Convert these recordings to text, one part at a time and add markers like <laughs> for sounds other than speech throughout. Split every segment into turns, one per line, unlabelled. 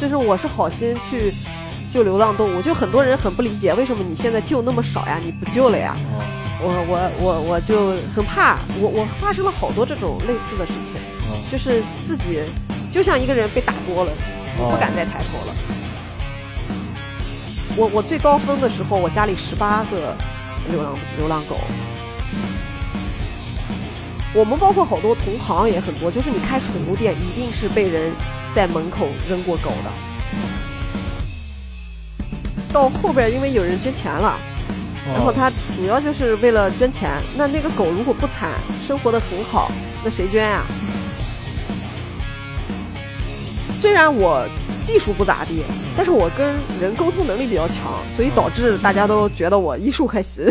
就是我是好心去救流浪动物，就很多人很不理解，为什么你现在救那么少呀？你不救了呀？
哦
我我我我就很怕，我我发生了好多这种类似的事情，就是自己就像一个人被打多了，你
哦
不敢再抬头了。我我最高峰的时候，我家里十八个流浪流浪狗。我们包括好多同行也很多，就是你开宠物店，一定是被人在门口扔过狗的。到后边因为有人捐钱了，
哦
然后他主要就是为了捐钱。那那个狗如果不惨，生活的很好，那谁捐呀、啊虽然我技术不咋地，但是我跟人沟通能力比较强，所以导致大家都觉得我医术还行。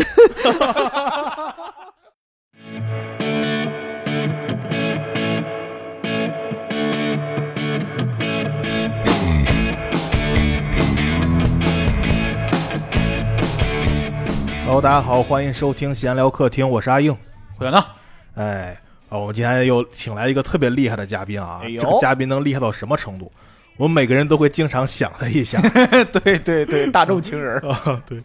Hello，大家好，欢迎收听闲聊客厅，我是阿硬。
会员呢？ <laughs>
哎，啊，我们今天又请来一个特别厉害的嘉宾啊！
哎呦
这个嘉宾能厉害到什么程度？我们每个人都会经常想他一下。，
对对对，大众情人
<laughs>
啊，对。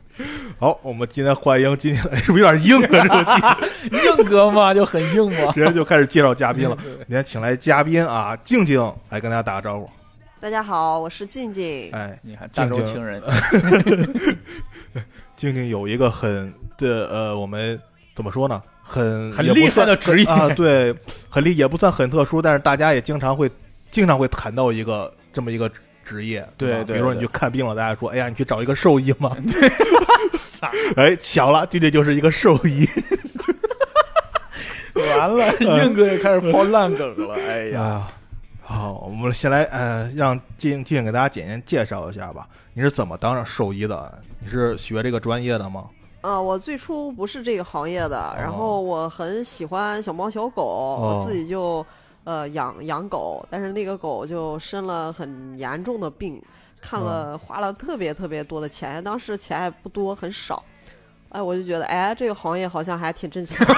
好，我们今天欢迎今天、哎、是不是有点硬啊？这个今。
硬哥嘛就很硬嘛
天就开始介绍嘉
<laughs>
宾了。
对
今天请来嘉宾啊，静静来跟大家打个招呼。
大家好，我是静静。
哎，
你看，大
静静
众情人，
静静有一个很这呃，我们怎么说呢？很
很
也不
厉害
算
的职业
啊，对，很厉也不算很特殊，但是大家也经常会经常会谈到一个这么一个职业，
对
吧
对
比如说
对
你去看病了，大家说，哎呀，你去找一个兽医嘛，
傻
<laughs> 哎，巧了，静静就是一个兽
<laughs>
医，
<laughs> 完了， <laughs> 硬哥也开始抛烂梗了。哎
哎
<laughs> 呀，
呀。好，我们先来呃，让静静给大家简单介绍一下吧。你是怎么当上兽医的？你是学这个专业
<laughs>
的吗？
呃，我最初不是这个行业的，然
哦
后我很喜欢小猫小狗，我自己
哦
就呃养养狗，但是那个狗就生了很严重的病，看了、
嗯
花了特别特别多的钱，当时钱还不多，很少。哎，我就觉得，哎，这个行业好像还挺挣钱的。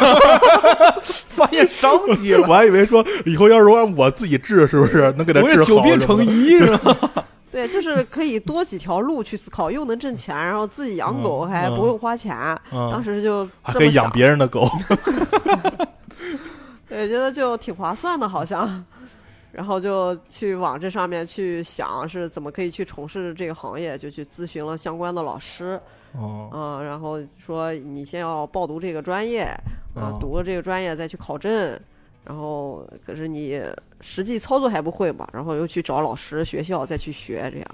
<laughs>
发现商机了，
我还以为说以后要是我我自己治，是不是能给他
不
治
是
好？
久病成
医，
医是 <laughs> 吧？
对，就是可以多几条路去思考，又能挣钱，然后自己养狗
嗯
还
嗯
不用花钱。当
嗯，
时就
还
这么
可以养
想，
别人
<laughs>
的狗。
<laughs> 对，觉得就挺划算的，好像。然后就去往这上面去想是怎么可以去从事这个行业，就去咨询了相关的老师，
哦，
嗯，然后说你先要报读这个专业，啊
哦，
读了这个专业再去考证，然后可是你实际操作还不会嘛，然后又去找老师、学校再去学，这样。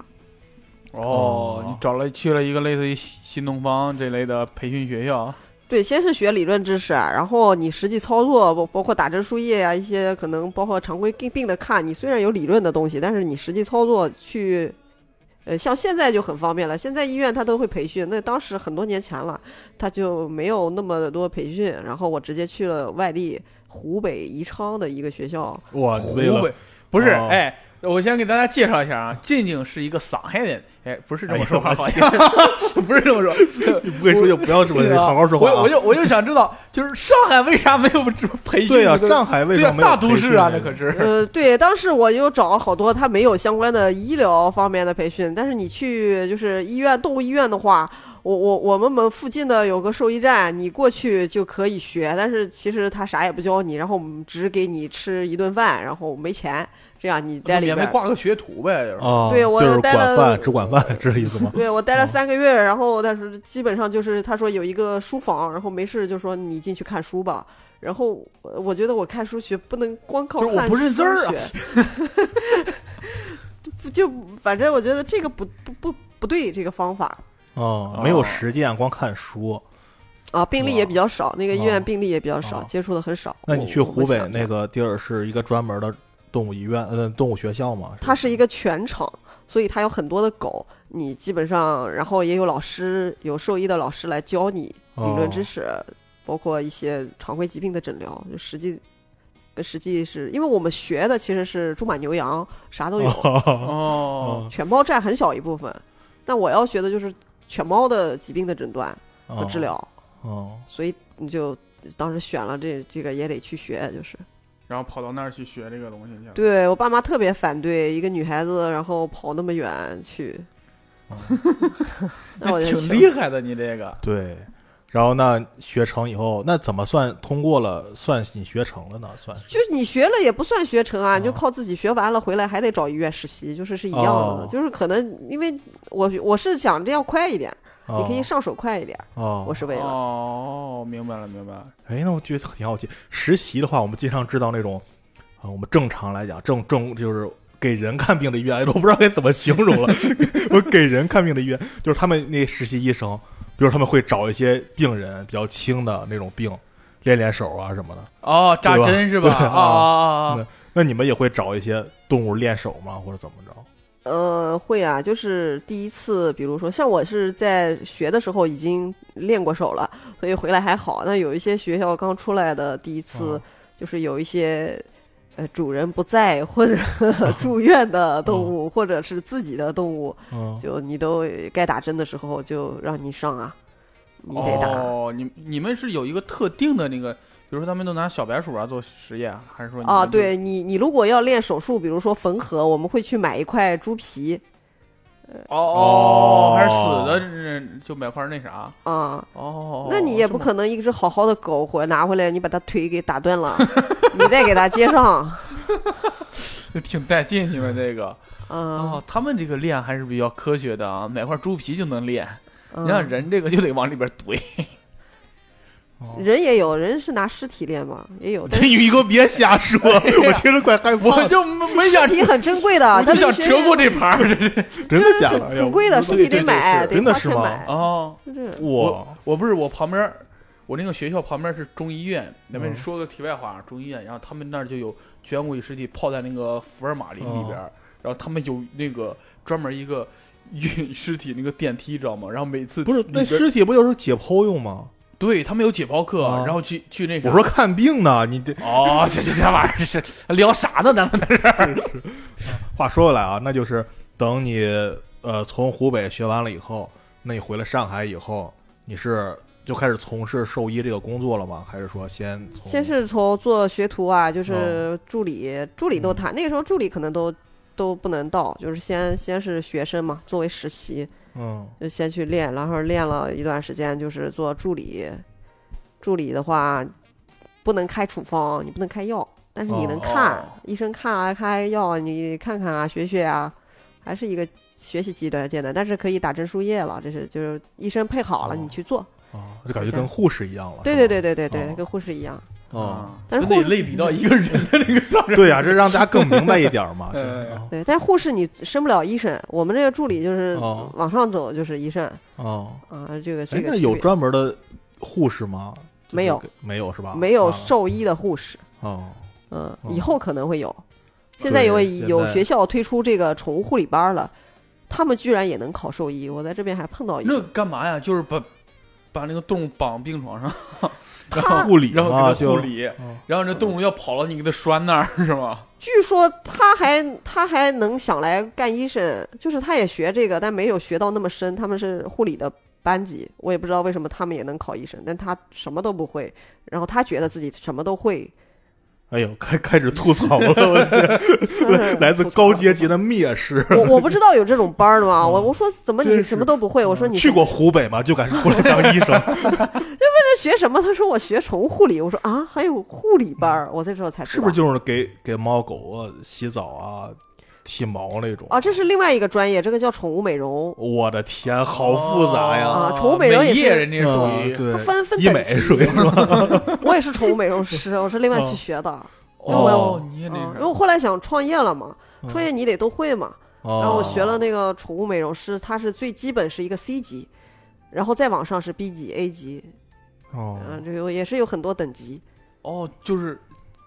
哦，你找了去了一个类似于新新东方这类的培训学校，
对，先是学理论知识，啊然后你实际操作，包包括打针输液呀、啊一些可能包括常规病病的看，你虽然有理论的东西，但是你实际操作去，呃，像现在就很方便了，现在医院他都会培训，那当时很多年前了，他就没有那么多培训，然后我直接去了外地湖北宜昌的一个学校，
哇，
湖
为了
北不是？
哦
哎，我先给大家介绍一下啊，静静是一个上海人，哎，不是这么说话，
哎
好
呀
像 <laughs> 不是这么说，
你不会说就不要这么
对啊
好好说话啊。
我我就我就想知道，就是上海为啥没有这种培训？
对啊，
这个
上海为
对
什
啊
么，没有
大都市啊，
培
那
训
可是。
呃，对，当时我又找了好多他没有相关的医疗方面的培训，但是你去就是医院动物医院的话，我我我们门附近的有个兽医站，你过去就可以学，但是其实他啥也不教你，然后我们只给你吃一顿饭，然后没钱，这样你待里
免
边
费
儿。
挂个学徒呗，就是
啊，
对我
就是
待
管
了？
饭只管饭， <laughs> 是这意思吗
<laughs> 对我待了
哦
三个月，然后但是基本上就是他说有一个书房，然后没事就说你进去看书吧。然后呃我觉得我看书学不能光靠
就是我
看
不认字儿啊
书学 <laughs> 就不就反正我觉得这个不不不不对，这个方法
啊
<laughs> 哦，
没有实践，光看书。
啊，病例也
哇
比较少，那个医院
哦
病例也比较少，
哦
接触的很少。
那
我
你去湖
哦
北那？
我想
个地儿是一个专门的动物医院，呃，动物学校吗？
它是一个全场，所以它有很多的狗，你基本上然后也有老师有兽医的老师来教你理论知
识。
识，包括一些常规疾病的诊疗，就实际。呃实际是因为我们学的其实是猪马牛羊啥都有，
<laughs> 哦
哦，
犬猫占很小一部分。但我要学的就是犬猫的疾病的诊断和治疗，
哦，
所以你就当时选了这这个也得去学，就是
然后跑到那儿去学这个东西去了。
对我爸妈特别反对一个女孩子，然后跑那么远去
哦。
<laughs> 那
<laughs>
我就
挺
去
厉害的，你这个
对，然后那学成以后，那怎么算通过了？算你学成了呢？算是
就是你学了也不算学成啊，你就
哦
靠自己学完了回来还得找医院实习，就是是一样的。
哦
就是可能因为我我是想这样快一点，
哦
你可以上手快一点，
哦。
我是为了。
哦，明白了，明白了。
哎，那我觉得挺好奇。实习的话，我们经常知道那种，啊、我们正常来讲，正正就是给人看病的医院，哎都不知道该怎么形容了。 <laughs> 我给人看病的医院，就是他们那实习医生，比如他们会找一些病人比较轻的那种病，练练手啊什么的。
哦，扎
对吧
针是吧？
对
啊啊啊啊！
那你们也会找一些动物练手吗？或者怎么着？
呃，会啊，就是第一次，比如说像我是在学的时候已经练过手了，所以回来还好。那有一些学校刚出来的第一次
啊
嗯，
就是有一些。呃，主人不在或
<laughs>
者住院的动
嗯
物，或者是自己的动物，
哦
嗯，
就你都该打针的时候就让你上啊，你得打。
哦，你你们是有一个特定的那个，比如说他们都拿小白鼠啊做实验，还是说你们
啊，
就
对你，你如果要练手术，比如说缝合，我们会去买一块猪皮
哦哦
哦，
还是死的这就买块那啥
啊，
哦。
那你也不
是吗
可能一只好好的狗回拿回来，你把它腿给打断
<laughs>
了，你再给它接上，
挺带劲，你们这个
嗯
哦，，他们这个练还是比较科学的啊，买块猪皮就能练。
嗯
你像人这个就得往里边怼，
哦
人也有人是拿尸体练嘛，也有，但
<laughs> 这宇哥别瞎说，
哎
我听着怪害怕
哦
我。就没没想
尸体很珍贵
我
的，
就
它
想
必须
折过这
<laughs>
盘儿，这是
真的假的？
很
哎呀
很贵的，
我
尸体得买，
真
得
的
花
是
钱
吗啊
买，
哦。
就是
哇，
我不是我旁边儿，我那个学校旁边儿是中医院。咱们
嗯
说个题外话，啊中医院，然后他们那儿就有卷骨与尸体泡在那个福尔马林里
哦
边儿，然后他们有那个专门一个 <laughs> 运尸体那个电梯，知道吗？然后每次
不是
里
那
边
尸体不就是解剖用吗？
对他们有解剖课，
啊
然后去去那啥
我说看病呢，你这
哦，这这这玩意儿是聊啥呢？咱们在这儿
话说回来啊，那就是等你呃从湖北学完了以后，那你回了上海以后，你是就开始从事兽医这个工作了吗？还是说先从
先是从做学徒啊，
哦
就是助理，助理都
嗯
谈，那个时候助理可能都都不能到，就是先先是学生嘛，作为实习，
嗯
就先去练，然后练了一段时间，就是做助理。助理的话，不能开处方，你不能开药，但是你能看、
哦
医生看啊，开药你看看啊，学学啊，还是一个学习极端阶段，但是可以打针输液了，这是就是医生配好了、
哦
你去做。
啊，就感觉跟护士一样了。
对
是
对
吧
对啊对对对，
哦
跟护士一样。
哦，
但是
就得
护士
类比到一个人的那个上面。
对呀、这让大家更明白一点
<laughs>
儿嘛。
哎
对
哎哎
对，但护士你升不了医生，我们这个助理就是
哦
往上走就是医生、
哦，
啊，这个
哎
这，个
那
区
有
别
专门的护士吗？就是
没有
给，没有是吧？
没有
啊
兽医的护士。
哦，
嗯，
哦
以后可能会有。现在有
对现
有
在
学校推出这个宠物护理班了，他们居然也能考兽医，我在这边还碰到一
那
个。
干嘛呀？就是把把那个动物绑病床上， <laughs> 然后
他
护理
然
嘛
后给它
就
护理，
哦
然后这动物要跑了，你给它拴那儿是吗？
据说他还他还能想来干医生，就是他也学这个，但没有学到那么深。他们是护理的班级，我也不知道为什么他们也能考医生，但他什么都不会，然后他觉得自己什么都会。
哎呦，开开始吐槽了，我
<laughs>
天 <laughs>
嗯
来自高阶级的蔑视。
我我不知道有这种班儿的嘛，我
嗯
我说怎么
真
你
是嗯
什么都不会？我说你
去过湖北吗？就敢过来当医
<laughs>
生？
那学什么？他说我学宠物护理。我说啊，还有护理班儿，我这时候才知
嗯是
道
不是就是给给猫狗啊洗澡啊、剃毛那种？
啊，这是另外一个专业，这个叫宠物美容，
我的天，好复杂
哦
呀！
啊宠物美容也是
业人家属于
嗯
啊它
对，
分分
医美
等级。
属于是吧？ <laughs>
我也是宠物美容师，我是另外去学的。
哦，你也
嗯
那
因
个
为我后来想创业了嘛，
嗯哦
创业你得都会嘛。
然
然后我学了那个宠物美容师，它是最基本是一个 C 级，然后再往上是 B 级、A 级，
哦
嗯，这有也是有很多等级。
哦，就是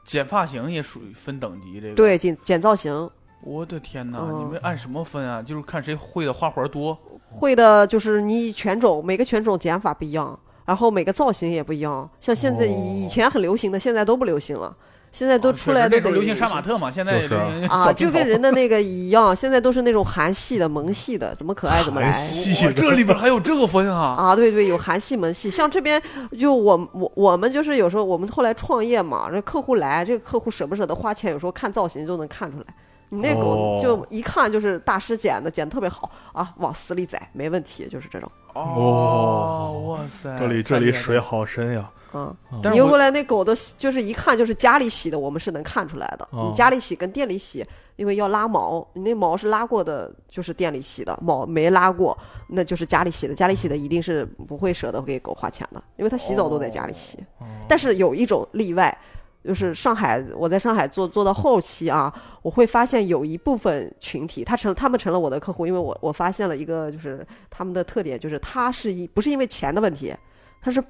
剪发型也属于分等级这个。，
对，剪剪造型
我的天哪，
嗯
你们按什么分啊？就是看谁会的花活多。
会的就是你犬种，每个犬种剪法不一样，然后每个造型也不一样。像现在
哦
以前很流行的，现在都不流行了。现在都
啊
出
确实
来都
那时
得
候流行杀马特嘛，现在
就是
流行
啊，
小
就
平
跟
头 <laughs>
人的那个一样，现在都是那种韩系的、萌系的，怎么可爱怎么
韩
来
系。
哇这里边还有这个分啊！
啊，对对，有韩系、萌系，像这边就我我我们就是有时候我们后来创业嘛，这客户来，这个客户舍不舍得花钱，有时候看造型就能看出来。你那狗
哦
就一看就是大师剪的，剪得特别好啊，往死里宰没问题，就是这种。
哦，哇塞，
这里这
太厉
里
害了
水，好深呀！
嗯，
但
你
是
又过
我
来那狗都就是一看就是家里洗的，我们是能看出来的。
哦
你家里洗跟店里洗，因为要拉毛，你那毛是拉过的，就是店里洗的；毛没拉过，那就是家里洗的。家里洗的一定是不会舍得给狗花钱的，因为它洗澡都在家里洗。嗯但是有一种例外，就是上海，我在上海做做到后期啊，我会发现有一部分群体，他成他们成了我的客户，因为我我发现了一个就是他们的特点，就是他是一不是因为钱的问题，他是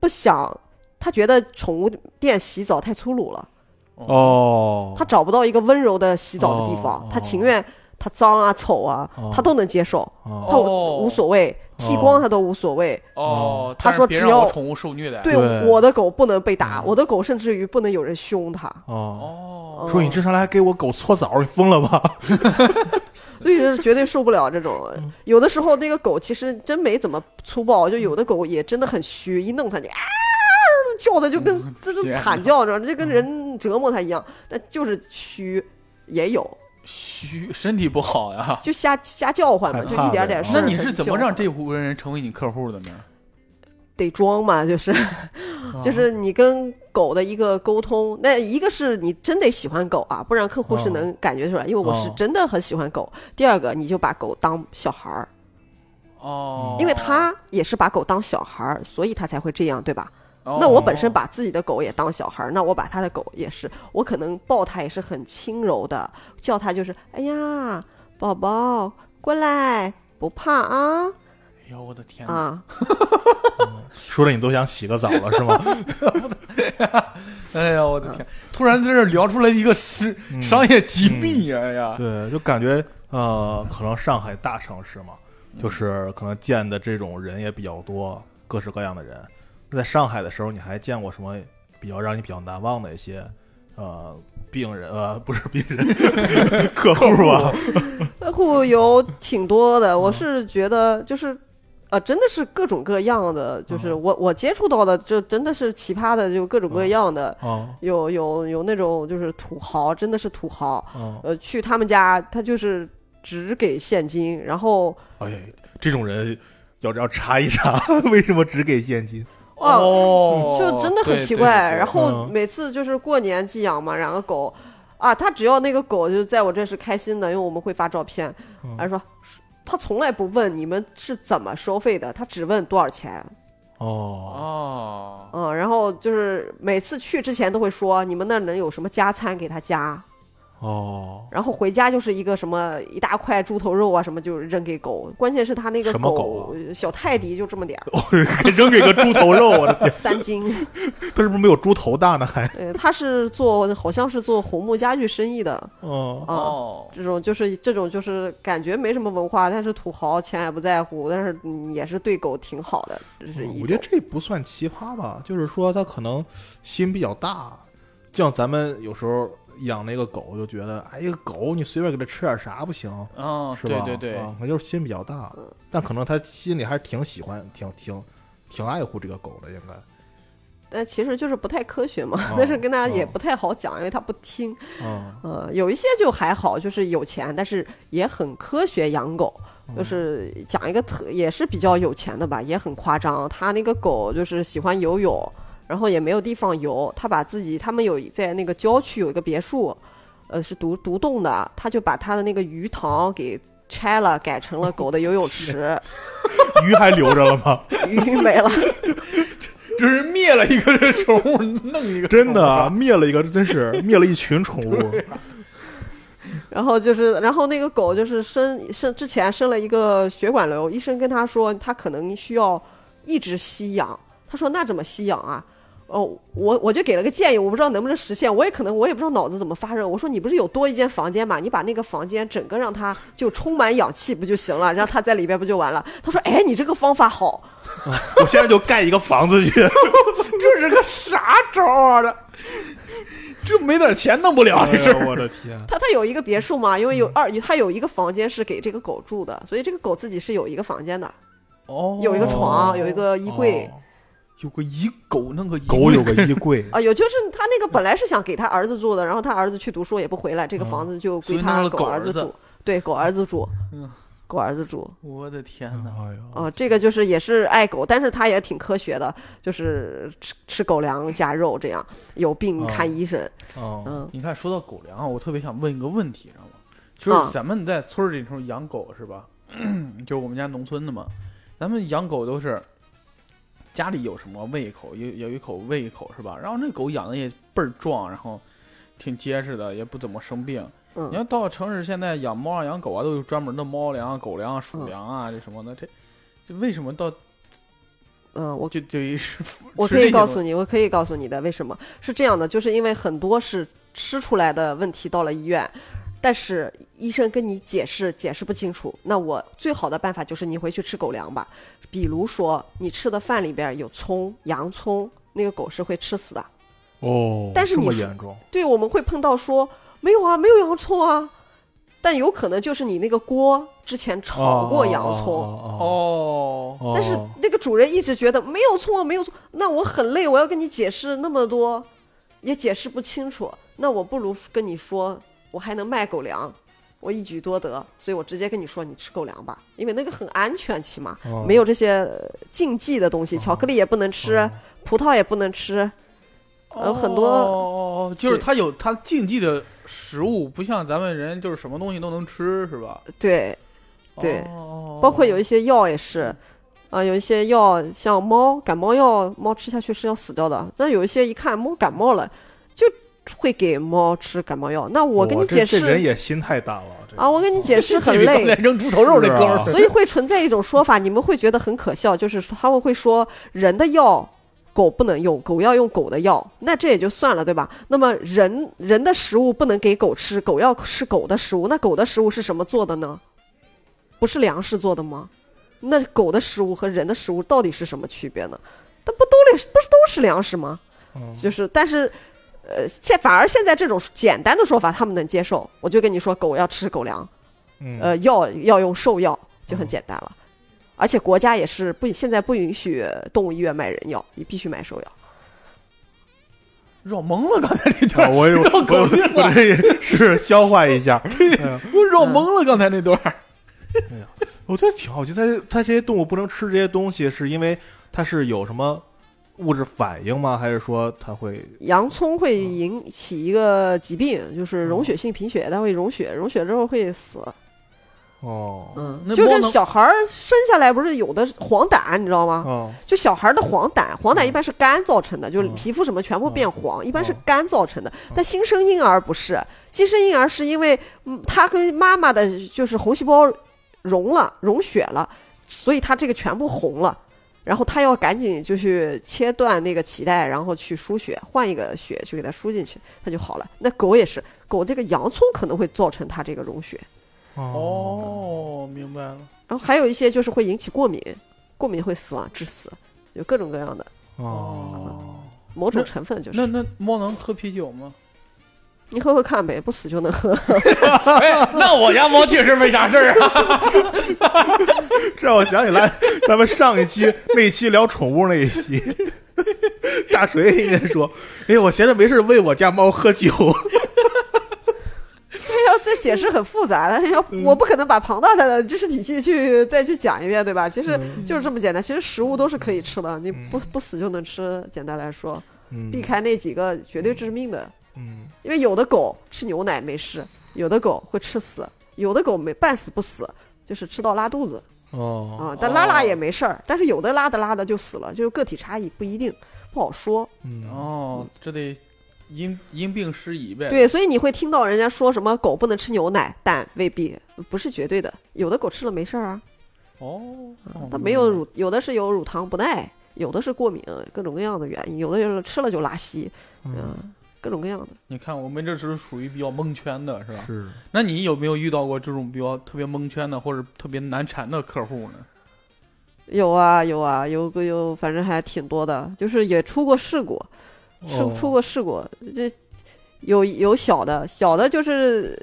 不想。他觉得宠物店洗澡太粗鲁了，
哦，
他找不到一个温柔的洗澡的地方，
哦
他情愿他脏啊、丑啊，
哦
他都能接受，
哦
他无无所谓，剃光他都无所谓。
哦，
他
但是
说
别
只
让我
要
宠物受虐待，
对
对
我的狗不能被打，
嗯
我的狗甚至于不能有人凶它。
哦，
嗯
哦，
说你这上来还给我狗搓澡，你疯了吧？ <laughs>
所以是绝对受不了这种。
嗯
有的时候那个狗其实真没怎么粗暴，就
嗯
有的狗也真的很虚，一弄它就啊叫的就跟这种
嗯天哪嗯
惨叫着，这跟人折磨它一样，但就是虚。也有，
虚身体不好呀。
就瞎瞎叫唤嘛，
害
就
怕
一点点
呗
事儿
啊
它就
那
叫唤。
你是怎么让这户人成为你客户的呢？
得装嘛？就是
啊
就是你跟狗的一个沟通，那一个是你真得喜欢狗啊，不然客户是
哦
能感觉出来，因为我是
哦
真的很喜欢狗。第二个，你就把狗当小孩儿，
哦，
因为他也是把狗当小孩儿，所以他才会这样，对吧？
哦，
那我本身把自己的狗也当小孩儿，那我把他的狗也是，我可能抱它也是很轻柔的，叫它就是，哎呀，宝宝过来，不怕啊
哎呦我的天哪！
啊！
说的你都想洗个澡了是吗？
哎呀我的天！突然在这儿聊出来一个是
<laughs> 嗯
商业机密，哎呀，
对，就感觉呃，可能上海大城市嘛，就是可能见的这种人也比较多，各式各样的人。那在上海的时候，你还见过什么比较让你比较难忘的一些呃病人呃不是病 <laughs> 人客户啊？
客户
<laughs>
有挺多的，
嗯
我是觉得就是。呃，真的是各种各样的，
嗯
就是我我接触到的，这真的是奇葩的，就各种各样的，
哦
有有有那种就是土豪，真的是土豪，
哦，
呃，去他们家，他就是只给现金，然后
哎呀，这种人要要查一查， <laughs> 为什么只给现金？
哦，
就真的很
对
奇怪。
对对
然后
嗯
每次就是过年寄养嘛，养个狗，啊，他只要那个狗就在我这是开心的，因为我们会发照片
嗯，
他说他从来不问你们是怎么收费的，他只问多少钱。
哦
哦，
嗯，然后就是每次去之前都会说你们那儿能有什么加餐给他加，
哦，
然后回家就是一个什么一大块猪头肉啊什么，就是扔给狗。关键是他那个呃
什么狗啊
小泰迪就这么点儿，
哦给扔给个猪头肉，我的天，
三斤。
他是不是没有猪头大呢？还
对，呃他是做好像是做红木家具生意的
哦
啊。
哦，
这种就是这种就是感觉没什么文化，但是土豪钱也不在乎，但是嗯也是对狗挺好的，这是
嗯
一
我觉
种
得。这不算奇葩吧，就是说他可能心比较大，就像咱们有时候养那个狗，就觉得哎，一个狗你随便给它吃点啥不行，
嗯，
是
对
吧？
对对，
啊那、就是心比较大
嗯，
但可能他心里还是挺喜欢、挺挺挺爱护这个狗的，应该。
但其实就是不太科学嘛，
哦
但是跟大家也
哦
不太好讲，因为他不听。
嗯，
呃，有一些就还好，就是有钱，但是也很科学养狗。 <laughs>
嗯
就是讲一个特，也是比较有钱的吧，也很夸张。他那个狗就是喜欢游泳，然后也没有地方游，他把自己他们有在那个郊区有一个别墅，呃，是独独栋的，他就把他的那个鱼塘给拆了，改成了狗的游泳池，
鱼还留着了吗？ <laughs>
鱼没了。
这是灭了一个这宠物，弄一个
真的啊灭了一个，真是灭了一群宠物。
然后就是，然后那个狗就是生生之前生了一个血管瘤，医生跟他说他可能需要一直吸氧。他说那怎么吸氧啊？哦，我我就给了个建议，我不知道能不能实现，我也可能我也不知道脑子怎么发热。我说你不是有多一间房间嘛，你把那个房间整个让它就充满氧气不就行了，让它在里边不就完了？他说哎，你这个方法好，
我现在就盖一个房子去，
这是个啥招啊？这这没点钱弄不了
哎
这事
呀
儿。
我的天，
他他有一个别墅嘛，因为有二，他有一个房间是给这个狗住的，所以这个狗自己是有一个房间的，
哦
有一个床，有一个衣柜
哦
有个一狗弄个衣
狗有个衣柜哎
啊，有就是他那个本来是想给他儿子住的，然后他儿子去读书也不回来，这个房子就
嗯所以
归
弄
他
了狗
儿
儿子
住，对，狗儿子住
嗯，
狗儿子住。
我的天哪！
哎呦，
啊，这个就是也是爱狗，但是他也挺科学的，就是吃吃狗粮加肉这样，有病
啊
看医生，
哦，
嗯，
你看，说到狗粮啊，我特别想问一个问题，知道吗？
啊
就是咱们在村儿里头养狗是吧？ <clears throat> 就是我们家农村的嘛，咱们养狗都是家里有什么喂一口，有有一口喂一口是吧？然后那狗养的也倍儿壮，然后挺结实的，也不怎么生病。你要
嗯，
到城市，现在养猫啊、养狗啊，都有专门的猫粮啊、狗粮啊、鼠粮啊，这什么的，这这为什么到
嗯，我
就就是
<laughs> 我可以告诉你，我可以告诉你的，为什么是这样的？就是因为很多是吃出来的问题到了医院，但是医生跟你解释解释不清楚。那我最好的办法就是你回去吃狗粮吧，比如说你吃的饭里边有葱、洋葱，那个狗是会吃死的。
哦，
但是你
这么
说
严重，
对，我们会碰到说没有啊，没有洋葱啊，但有可能就是你那个锅之前炒
啊
过洋葱，
哦，
哦，
哦
但是那个主人一直觉得没有葱啊，没有葱，那我很累，我要跟你解释那么多，也解释不清楚，那我不如跟你说，我还能卖狗粮，我一举多得，所以我直接跟你说，你吃狗粮吧，因为那个很安全，起码没
有
有这些呃禁忌的东西，巧克力也不能
哦
吃，
嗯
葡萄也不能吃，呃很多
哦，就是
对
它有它禁忌的食物，不像咱们人就是什么东西都能吃，是吧？
对，对
哦，
包括有一些药也
嗯
是。啊，有一些药像猫感冒药，猫吃下去是要死掉的。但有一些一看猫感冒了，就会给猫吃感冒药。那我跟你
这
解
这人
释
也心太大了
啊，我跟你解释很
哦这比刚才
累，
扔猪头肉那
是啊
哥们
<laughs>
儿，
所以会存在一种说法，你们会觉得很可笑，就是说他们会说人的药狗不能用，狗要用狗的药，那这也就算了，对吧？那么人人的食物不能给狗吃，狗要吃狗的食物，那狗的食物是什么做的呢？不是粮食做的吗？那狗的食物和人的食物到底是什么区别呢？它不都粮不是都是粮食吗？
这
就是，但是，呃，现反而现在这种简单的说法他们能接受。我就跟你说，狗要吃狗粮，
嗯
呃，药要用兽药，就
嗯
很简单了。而且国家也是不现在不允许动物医院卖人药，你必须买兽药。
绕懵了，刚才
<laughs>
那
啊
段，
<laughs> 我有
绕
我
口令
我
了，
这也是消化一
<laughs>
下，嗯
我绕懵了，刚才那段儿。
我觉得挺好。我觉得它它这些动物不能吃这些东西，是因为它是有什么物质反应吗？还是说它会
洋葱会
嗯
引起一个疾病，就是溶血性贫血，它会溶血，溶血之后会死。
哦
嗯，
那
就
猫
跟
能
小孩儿生下来不是有的黄疸，你知道吗？
哦
就小孩儿的黄疸，黄疸一般是肝造成的，就是
嗯
皮肤什么全部变黄，一般是
嗯
肝造成的。但新生婴儿不是，新生婴儿是因为嗯他跟妈妈的就是红细胞融了、融血了，所以他这个全部红了。然后他要赶紧就去切断那个脐带，然后去输血，换一个血去给他输进去，他就好了。那狗也是，狗这个洋葱可能会造成它这个溶血，
哦，明白了。
然后还有一些就是会引起过敏，过敏会死亡致死，有各种各样的。
哦
某种成分就是。
那那猫能喝啤酒吗？
你喝喝看呗，不死就能喝。
哎， <laughs> 那我家猫确实没啥事儿啊。
这让我想起来， <laughs> 咱们上一期那一期聊宠物那一期， <laughs> 大锤应该说：“哎，我闲着没事喂我家猫喝酒。
<laughs> 这要再解释很复杂了，要我不可能把庞大的知识体系去再去讲一遍，对吧？其实就是这么简单。其实食物都是可以吃的，你不不死就能吃。简单来说，”
嗯
避开那几个绝对致命的，
嗯
因为有的狗吃牛奶没事，有的狗会吃死，有的狗没半死不死。就是吃到拉肚子
哦
啊，但拉拉也没事儿，但是有的拉的拉的就死了，就是个体差异不一定，不好说。
嗯
哦，这得因因病施宜 <laughs> 呗。
对，所以你会听到人家说什么狗不能吃牛奶，但未必不是绝对的，有的狗吃了没事儿啊，
哦，哦
它没有乳，有的是有乳糖不耐，有的是过敏，各种各样的原因，有的就是吃了就拉稀，
嗯
嗯，各种各样的。
你看，我们这是属于比较蒙圈的，是吧？
是
那你有没有遇到过这种比较特别蒙圈的或者特别难缠的客户呢？ <laughs>
有啊有啊，有个有，反正还挺多的，就是也出过事故，是
哦
出过事故，这有有小的，小的就是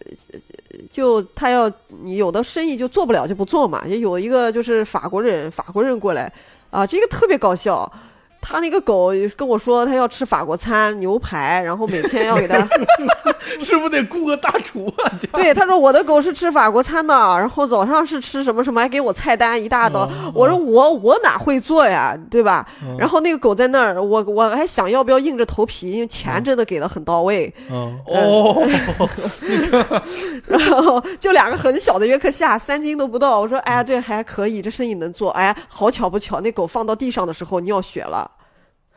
就他要你有的生意就做不了就不做嘛。也有一个就是法国人，法国人过来啊，这个特别搞笑。他那个狗跟我说，他要吃法国餐、牛排，然后每天要给他。
是不是得雇个大厨啊？家
<laughs> 对，他说我的狗是吃法国餐的，然后早上是吃什么什么，还给我菜单一大刀。
嗯
我说我我哪会做呀，对吧？
嗯
然后那个狗在那儿，我我还想要不要硬着头皮，因为钱真的给的很到位。
嗯，
<laughs> 哦，
然后就两个很小的约克夏，三斤都不到。我说哎呀，这还可以，这生意能做。哎呀，好巧不巧，那狗放到地上的时候尿血了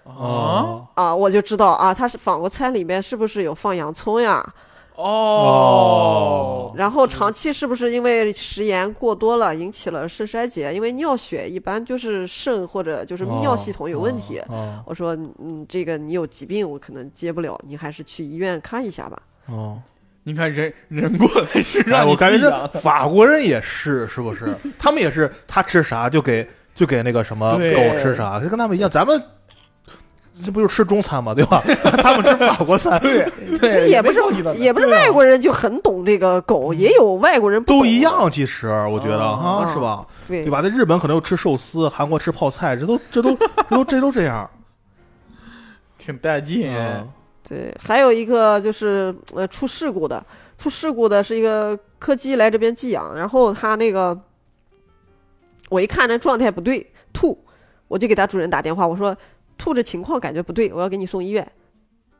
啊，
哦
啊，我就知道啊，它是法国餐里面是不是有放洋葱呀？
哦，
然后长期是不是因为食盐过多了引起了肾衰竭？因为尿血一般就是肾或者就是泌尿系统有问题。
哦
我说，嗯，这个你有疾病，我可能接不了，你还是去医院看一下吧。
哦，
你看人人过来是
哎，
让
我
你
感觉
寄
这
养的， <laughs>
法国人也是，是不是？他们也是，他吃啥就给就给那个什么
对
狗吃啥，就跟他们一样。咱们这不就吃中餐嘛，对吧？ <laughs> 他们吃法国餐，对，
对，
也不是
没告诉你的
也不是外国人就很懂这个狗，也有外国人不懂
啊嗯都一。样。其实我觉得
哦
啊，是吧？
对
对吧？在日本可能又吃寿司，韩国吃泡菜，这都 <laughs> 这都这都这都这样。
挺带劲，哎
嗯
对，还有一个就是呃出事故的，出事故的是一个柯基来这边寄养，然后他那个我一看这状态不对，吐，我就给他主人打电话，我说吐这情况感觉不对，我要给你送医院。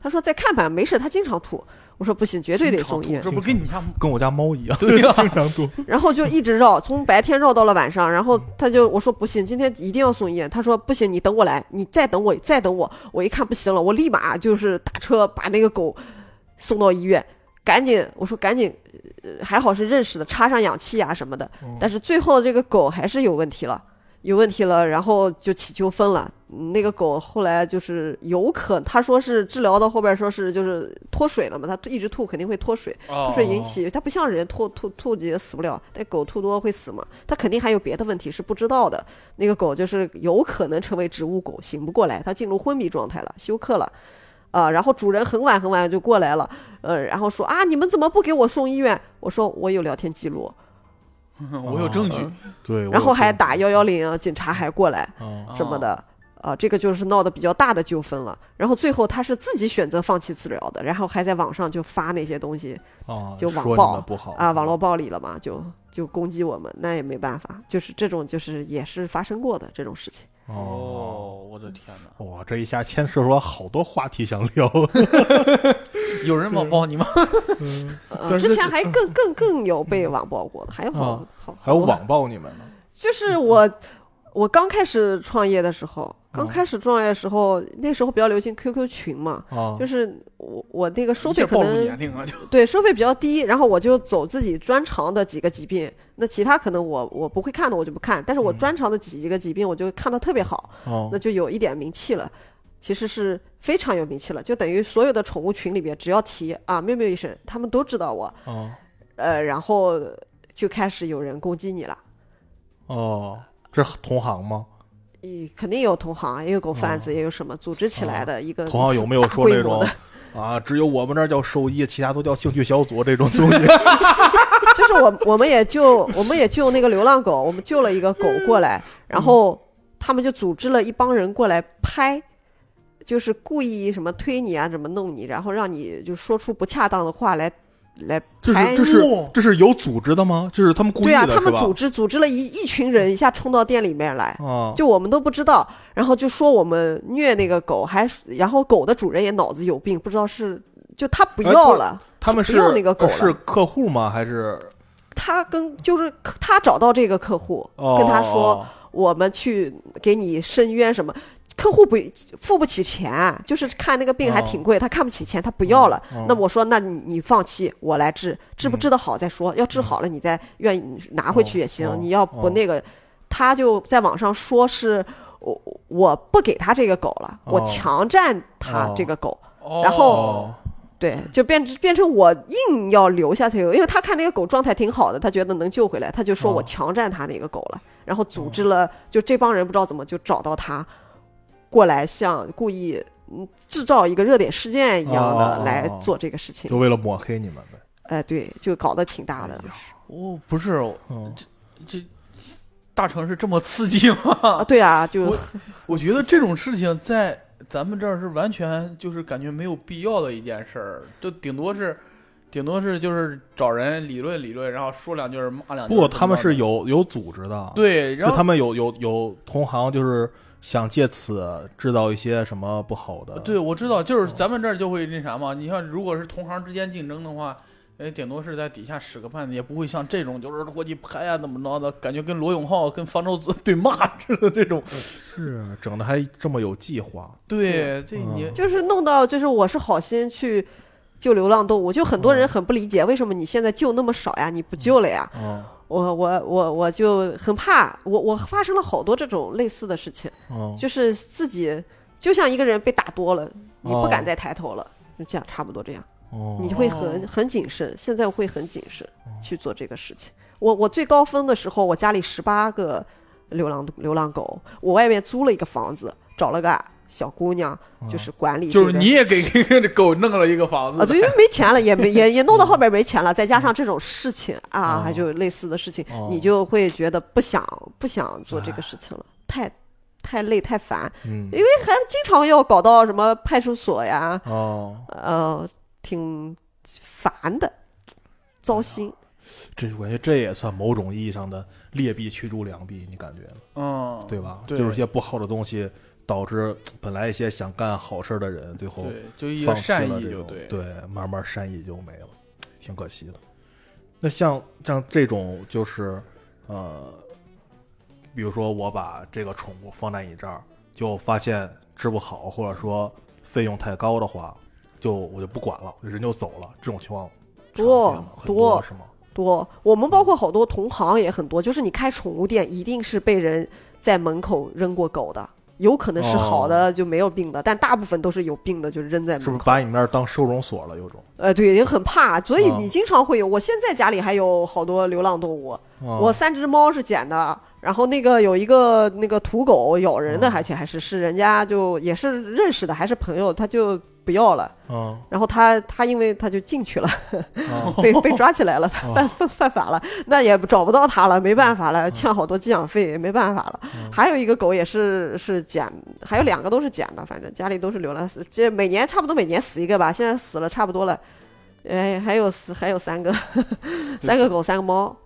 他说再看吧，没事，他经常吐。我说不行，绝对得送医院。
这不跟你家
跟我家猫一样， <laughs>
对啊呀
经常多。
然后就一直绕，从白天绕到了晚上，然后他就我说不行，今天一定要送医院。他说不行，你等我来，你再等我，再等我。我一看不行了，我立马就是打车把那个狗送到医院，赶紧我说赶紧，呃还好是认识的，插上氧气啊什么的。但是最后这个狗还是有问题了，有问题了，然后就起纠纷了。嗯那个狗后来就是有可，他说是治疗到后边说是就是脱水了嘛，它一直吐肯定会脱水。
<laughs> 哦
吐水引起，它不像人吐吐吐几死不了，但狗吐多会死嘛？它肯定还有别的问题是不知道的。那个狗就是有可能成为植物狗，醒不过来，它进入昏迷状态了，休克了。啊、然后主人很晚很晚就过来了，呃，然后说啊，你们怎么不给我送医院？我说我有聊天记录，
<laughs> 我有哦证据，
对，
然后
我
还打幺幺零，警察还过来
嗯
什么的，啊、这个就是闹得比较大的纠纷了。然后最后他是自己选择放弃治疗的，然后还在网上就发那些东西，
啊，
就网
说你
暴
们不好
啊，网络暴力了嘛，就就攻击我们，那也没办法，就是这种就是也是发生过的这种事情。
哦。，
我的天哪，
哇，这一下牵涉出来好多话题想聊， <laughs>
有人网暴你吗？
呃，
但是
之
这
前还
<laughs>
更更更有被网暴过的，还有好
啊
好
还有
好
网暴你们呢。
就是我我刚开始创业的时候，刚开始创业的时候，那时候比较流行 QQ 群嘛。
啊，
就是我我那个收
一下
费可
暴露
能
年龄啊，就
对，收费比较低，然后我就走自己专长的几个疾病，那其他可能我我不会看的我就不看，但是我
嗯
专长的几个疾病我就看的特别好，
哦
那就有一点名气了，其实是非常有名气了，就等于所有的宠物群里边只要提啊喵喵一声，他们都知道我，
哦
呃，然后就开始有人攻击你了。
哦，这是同行吗？
嗯，肯定有同行，也有狗贩子，
哦
也有什么组织起来的一个、
同行有没有说那种
的？
啊，只有我们这儿叫兽医，其他都叫兴趣小组这种
<laughs>
东西？
就是我我们也救我们也救那个流浪狗，我们救了一个狗过来，
嗯
然后他们就组织了一帮人过来拍，就是故意什么推你啊，怎么弄你，然后让你就说出不恰当的话来来
这
拍
是这
你。
是这是有组织的吗？这是他们故意
对啊，
的，
他们
是吧
组织组织了一一群人一下冲到店里面来。
啊，
就我们都不知道，然后就说我们虐那个狗，还然后狗的主人也脑子有病，不知道是就他不
哎
要
不是
了，
他们
不
是
要那个狗了
是客户吗？还是
他跟就是客他找到这个客户，
哦
跟他说、我们去给你申冤什么。客户不付不起钱，就是看那个病还
哦
挺贵，他看不起钱，他不要了。
嗯嗯
那我说，那你你放弃，我来治，治不
嗯
治得好再说。要治好了，你再愿意拿回去也行。
哦哦
你要不那个，他就在网上说是我我不给他这个狗了，我
哦
强占他这个狗。然
哦
后对，就变变成我硬要留下这个，因为他看那个狗状态挺好的，他觉得能救回来，他就说
哦
我强占他那个狗了，然后组织了，就这帮人不知道怎么就找到他，过来像故意嗯制造一个热点事件一样
哦
的来做这个事情
就。为了抹黑你们呗。
哎，对，就搞得挺大的。
哎呀
哦，不是
嗯，
这大城市这么刺激吗？
啊，对啊，就
<laughs> 我觉得这种事情在咱们这儿是完全就是感觉没有必要的一件事儿，就顶多是，顶多是就是找人理论理论，然后说两句儿骂两句儿。
不，他们
怎么着的
是有有组织的，，
对，然
是
后
他们有有有同行，就是想借此制造一些什么不好的。
对，我知道，就是咱们这儿就会那啥嘛。你像如果是同行之间竞争的话，哎，顶多是在底下使个绊子，也不会像这种就是过去拍啊怎么着的，感觉跟罗永浩跟方舟子 <laughs> 对骂似的这种。
是整的还这么有计划，
对，这你、
嗯
就是弄到，就是我是好心去救流浪动物，就很多人很不理解，为什么你现在救那么少呀？你不救了呀？
哦嗯
我我我我就很怕，我我发生了好多这种类似的事情，
嗯，
就是自己就像一个人被打多了，你不敢
哦
再抬头了，就这样差不多这样。
哦
你会
哦
很很谨慎，现在会很谨慎去做这个事情。我我最高峰的时候，我家里十八个流浪流浪狗，我外面租了一个房子，找了个小姑娘，
哦嗯
就是管理这
就
个、
是你也给 <laughs> 给狗弄了一个房
啊，
子。
对，因为没钱了，也没也也弄到后边没钱了，再加上这种事情啊，
哦
还就类似的事情，
哦哎
你就会觉得不想不想做这个事情了，太太累太烦，
嗯
因为还经常要搞到什么派出所呀，
哦，
呃，挺烦的，
哎
糟心。
这我感觉这也算某种意义上的劣币驱逐良币，你感觉呢
嗯，
对吧？
对
就是一些不好的东西导致本来一些想干好事的人最后
对，就一个
放弃
善
了
意
这
就
种，
对。
慢慢善意就没了，挺可惜的。那像像这种就是呃，比如说我把这个宠物放在你这儿，就发现治不好或者说费用太高的话，就我就不管了，人就走了。这种情况常见
多
吗很
多嗯
是吗？
多，我们包括好多同行也很多，就是你开宠物店，一定是被人在门口扔过狗的，有可能是好的就没有病的，但大部分都是有病的，就扔在
哦是
门
不
口。
是把你们那儿当收容所了？有种，
呃，对，也很怕，所以
哦
你经常会有。我现在家里还有好多流浪动物，
啊
嗯
我三只猫是捡的，然后那个有一个那个土狗咬人
啊
的，
哦
而且还是是人家就也是认识的，还是朋友，他就不要了。
嗯
然后他他因为他就进去了。
嗯
<laughs>
被被抓起来了，
哦
犯犯犯法了，那也找不到他了，没办法了，
嗯
欠好多寄养费，也没办法了。还有一个狗也是是捡，还有两个都是捡的，反正家里都是流浪死，这每年差不多每年死一个吧，现在死了差不多了，哎，还有死还有三个， <laughs> 三个狗三个猫，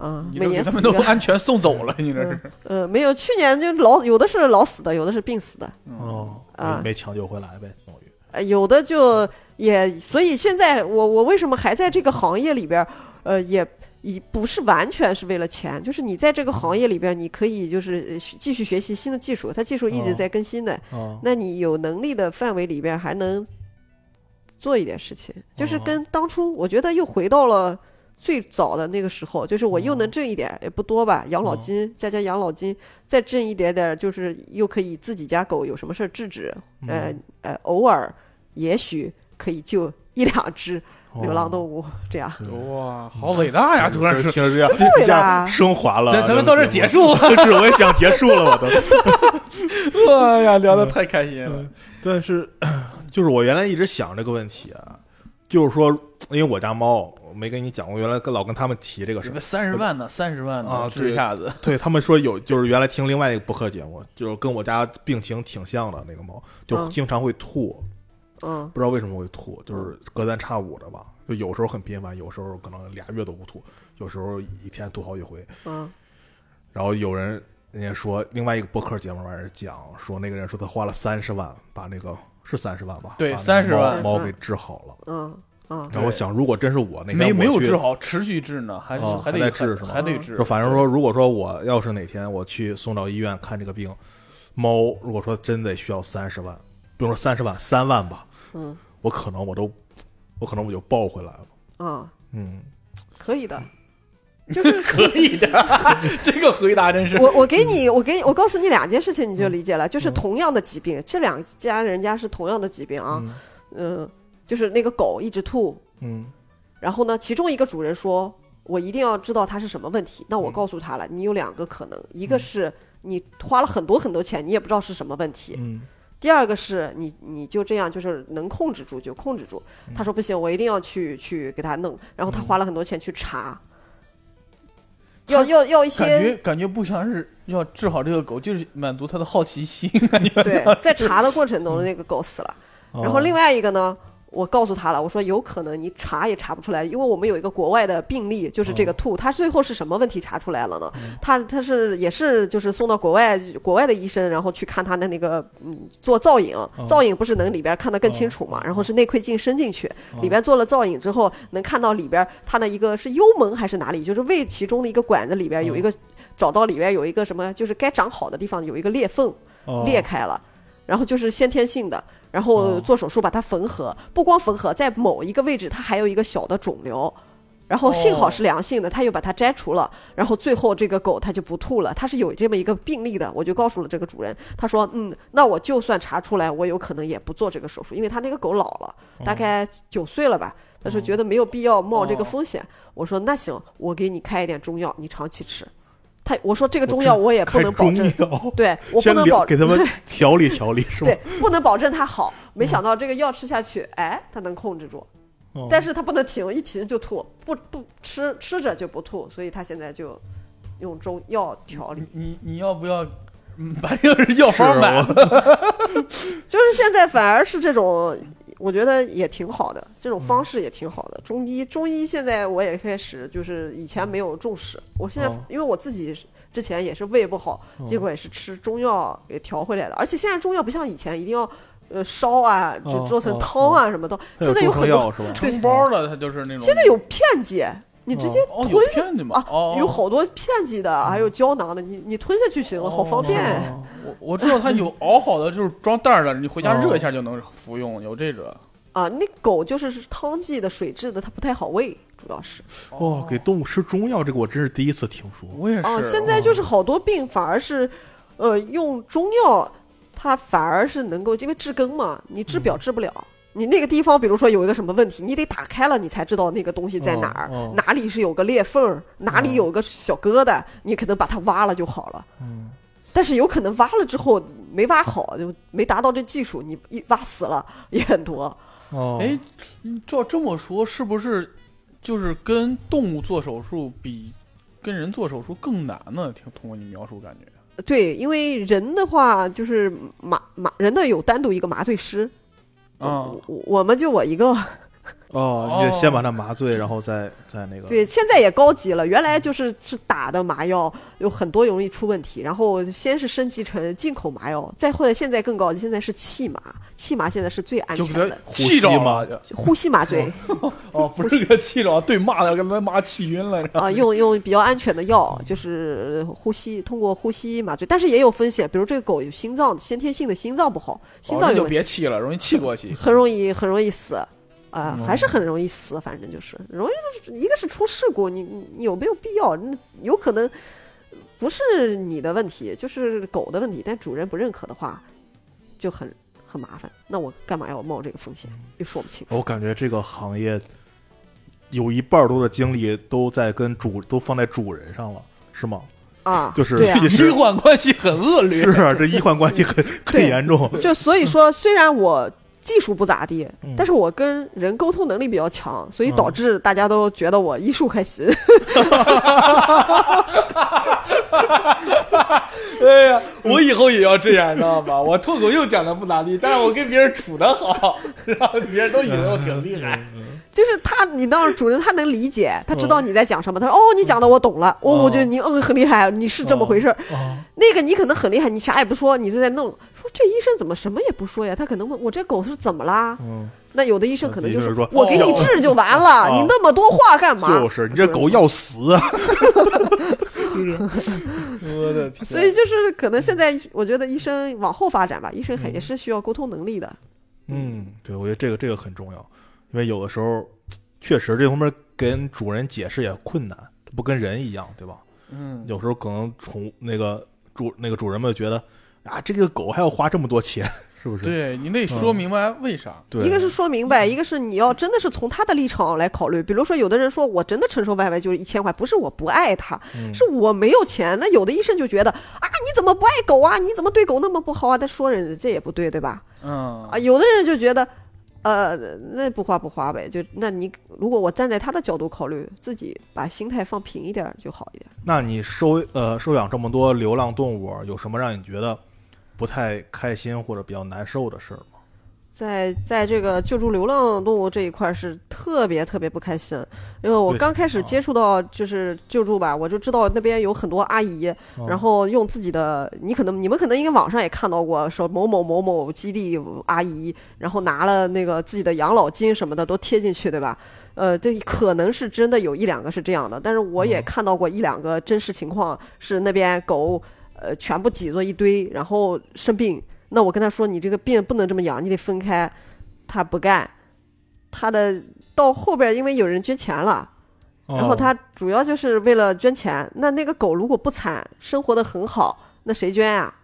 嗯，
你
每
都给
年
他
死
们
一
都
个。
安全送走了，你这
<laughs>
是
呃，没有，去年就老有的是老死的，有的是病死的，
嗯
哦，
啊
没没抢救回来呗，等于
呃，有的就也，所以现在我我为什么还在这个行业里边儿，呃，也也不是完全是为了钱，就是你在这个行业里边儿，你可以就是呃学继续学习新的技术，它技术一直
哦
在更新的，
嗯
那你有能力的范围里边儿还能做一点事情，就是
哦
跟当初我觉得又回到了。最早的那个时候，就是我又能挣一点儿，也不多吧，养老
哦
金加加养老金，再挣一点点儿，就是又可以自己家狗有什么事儿制止，呃
嗯
呃，偶尔也许可以救一两只流浪动
物。
物，这样。
哦对
哇，好伟大哎呀！突然，
就是听着这样，
对
一下
啦
升华了。
咱咱们到这儿
节
结
<laughs> 目，
束了。
是我也想结束了，
<laughs>
我都。
哎呀，聊得太开心
嗯
了。
但是， <clears throat> 就是我原来一直想这个问题啊，就是说，因为我家猫，我没跟你讲过，原来跟老跟他们提这个事
什
儿
么，三十万呢？三十万
啊
呢？治一下子。
对他们说有，就是原来听另外一个播客节目，就是跟我家病情挺像的那个猫，就
嗯
经常会吐，
嗯，
不知道为什么会吐，就是隔三差五的吧，就有时候很频繁，有时候可能俩月都不吐，有时候一天吐好几回。
嗯，
然后有人人家说另外一个播客节目玩意儿讲说那个人说他花了三十万把那个是三十万吧，
对
把那个
30万
猫猫给治好了。
嗯，嗯，
然后我想，如果真是我那天
没没有
我去
治，好，持续治呢，还是
哦
还
还在
得
治是吗
还得治
就。反正说，如果说我要是哪天我去送到医院看这个病，猫如果说真得需要三十万，不用说三十万，三万吧，
嗯，
我可能我都，我可能我就抱回来了，
嗯，
嗯，
可以的，就是
可以的， <laughs> 这个回答真 <laughs> 是
我我给你，我给你，我告诉你两件事情，你就理解了，就是同样的疾病，这两家人家是同样的疾病啊，
嗯
嗯，就是那个狗一直吐，
嗯
然后呢，其中一个主人说。我一定要知道它是什么问题。那我告诉他了，你有两个可能，一个是你花了很多很多钱，你也不知道是什么问题，
嗯
第二个是你你就这样就是能控制住就控制住。
嗯
他说不行，我一定要去去给他弄，然后他
嗯
花了很多钱去查，
他
要要要一
感
些
觉感觉不像是要治好这个狗，就是满足它的好奇心。啊
<laughs>
对，在查的过程中那个狗死了。
哦
然后另外一个呢，我告诉他了，我说有可能你查也查不出来，因为我们有一个国外的病例，就是这个
哦
兔，它最后是什么问题查出来了呢
嗯？
它它是也是就是送到国外国外的医生，然后去看它的那个嗯做造影，造影不是能里边看得更清楚嘛
哦？
然后是内窥镜伸进去，
哦
里边做了造影之后，能看到里边它的一个是幽门还是哪里，就是胃其中的一个管子里边有
哦
一个找到里边有一个什么，就是该长好的地方有一个裂缝。
哦
裂开了，然后就是先天性的，然后
哦
做手术把它缝合，不光缝合，在某一个位置它还有一个小的肿瘤。然后幸好
哦
是良性的，他又把它摘除了。然后最后这个狗它就不吐了，它是有这么一个病例的。我就告诉了这个主人，他说：“嗯，那我就算查出来，我有可能也不做这个手术，因为他那个狗老了，大概九岁了吧。”他说
哦
觉得没有必要冒这个
哦
风险。我说：“那行，我给你开一点中药，你长期吃。”他我说：“这个
我
中
这
药我也不
开
能保
中
证，
药，
对我不
<laughs> 先
能
聊
保
给他们调理调理是吧嗯
对？，不能保证它好。没想到这个药吃下去，哎，它能控制住，
哦
但是它不能停，一停就吐，不不吃吃着就不吐，所以它现在就用中药调理。
你你要不要嗯把这个药
是啊
方买
我
了？
就是现在反而是这种，我觉得也挺好的，这种方式也挺好
嗯
的。中医中医现在我也开始就是以前没有重视，我现在、
哦
因为我自己之前也是胃不好，
哦
结果也是吃中药给调回来的，而且现在中药不像以前一定要。呃，烧啊，就
哦
做成
哦
汤啊什么的，
它
现在有
中成
很多
药是吧？
成包了，它就是那种。现
现在有片剂，你直接
哦，
吞
有骗子嘛
啊？
哦，
有好多片剂的，还有胶囊的，你你吞下去行了，好方便。
哦
我我知道它
<laughs>
有熬好的，就是装袋儿的，你回家
哦
热一下就能服用，有这个。
啊，那狗就是是汤剂的、水质的，它不太好喂，主要是。
哦，给动物吃中药，这个我真是第一次听说。
我也
<laughs>
是。
啊，现在就是好多病反而是，呃，用中药，它反而是能够，因为治根嘛，你治表治不了。你那个地方，比如说有一个什么问题，你得打开了，你才知道那个东西在哪儿，
哦哦
哪里是有个裂缝儿，哪里
哦
有个小疙瘩，你可能把它挖了就好了。
嗯，
但是有可能挖了之后没挖好，就没达到这技术，你一挖死了也很多。
哦，
哎，你照这么说，是不是就是跟动物做手术比跟人做手术更难呢？听通过你描述，感觉
对，因为人的话就是麻麻人的有单独一个麻醉师，
啊，
我我我们就我一个。
哦，你得先把它麻醉，然后再再那个。
对，现在也高级了，原来就是是打的麻药有很多容易出问题，然后先是升级成进口麻药，再后来现在更高级，现在是气麻，气麻现在是最安
就
全
给它
的，
气着
呼
了
<laughs>
吸，
呼吸麻醉。
哦，不是给它气着，对骂的，给他骂气晕了。
啊，用用比较安全的药，就是呼吸，通过呼吸麻醉，但是也有风险，比如这个狗有心脏先天性的心脏不好，心
哦
脏
那
有
就
问题，
别气了，容易气过
<laughs>
去。
很容易很容易死，啊、
嗯
还是很容易死，反正就是容易，一个是出事故，你你你有没有必要？那有可能不是你的问题，就是狗的问题，但主人不认可的话，就很很麻烦。那我干嘛要冒这个风险？又说不清楚。
我感觉这个行业有一半儿多的精力都在跟主都放在主人上了，是吗？
啊，
<laughs> 就是
对啊
其
<laughs> 医
实
患关系很恶劣
是，啊，这医患关
<laughs>
系很很
对
严重。
<laughs> 就所以说，虽然我技术不咋地，
嗯
但是我跟人沟通能力比较强，所以导致大家都觉得我医术还行。
哎呀，我以后也要这样，你知道吧？我脱口秀讲的不咋地，但是我跟别人处的好， <laughs> 然后别人都以为我挺厉害。
就是他，你当主任，他能理解，他知道你在讲什么。他说：“哦，你讲的我懂了，哦，
哦
我觉得你嗯很嗯厉害，你是这么回事儿。
哦
那个你可能很厉害，你啥也不说，你就在弄。说这医生怎么什么也不说呀？他可能问我这狗是怎么啦？
嗯，
那有的医生可能就
那
是哦
医生说
我给你治就完了，
哦
你那么多话干嘛？
就是你这狗要死啊！
<laughs> 我的天！
嗯所以就是嗯可能现在我觉得医生往后发展吧，医生还也是需要沟通能力的。
嗯，对，我觉得这个这个很重要，因为有的时候确实这方面跟主人解释也困难，不跟人一样，对吧？
嗯，
有时候可能宠那个主那个主人们觉得啊，这个狗还要花这么多钱，是 <laughs> 是不是？
对你得说明白为啥。
对，
一个是说明白，一个是你要真的是从他的立场来考虑。比如说，有的人说我真的承受 YY 就是一千块，不是我不爱他，
嗯
是我没有钱。那有的医生就觉得啊，你怎么不爱狗啊？你怎么对狗那么不好啊？他说人家这也不对，对吧？
嗯
啊，，有的人就觉得，呃，那不花不花呗。就那你如果我站在他的角度考虑，自己把心态放平一点儿就好一点。
那你收呃收养这么多流浪动物，有什么让你觉得不太开心或者比较难受的事儿吗？
在在这个救助流浪动物这一块儿是特别特别不开心，因为我
为
刚开始
啥
接触到就是救助吧，我就知道那边有很多阿姨，
嗯
然后用自己的，你可能你们可能应该网上也看到过，说某某某某基地阿姨，然后拿了那个自己的养老金什么的都贴进去，对吧？呃，这可能是真的有一两个是这样的，但是我也
嗯
看到过一两个真实情况，是那边狗呃全部挤作一堆，然后生病。那我跟他说，你这个病不能这么养，你得分开。他不干，他的到后边因为有人捐钱了，
哦，
然后他主要就是为了捐钱。那那个狗如果不惨，生活的很好，那谁捐啊呀、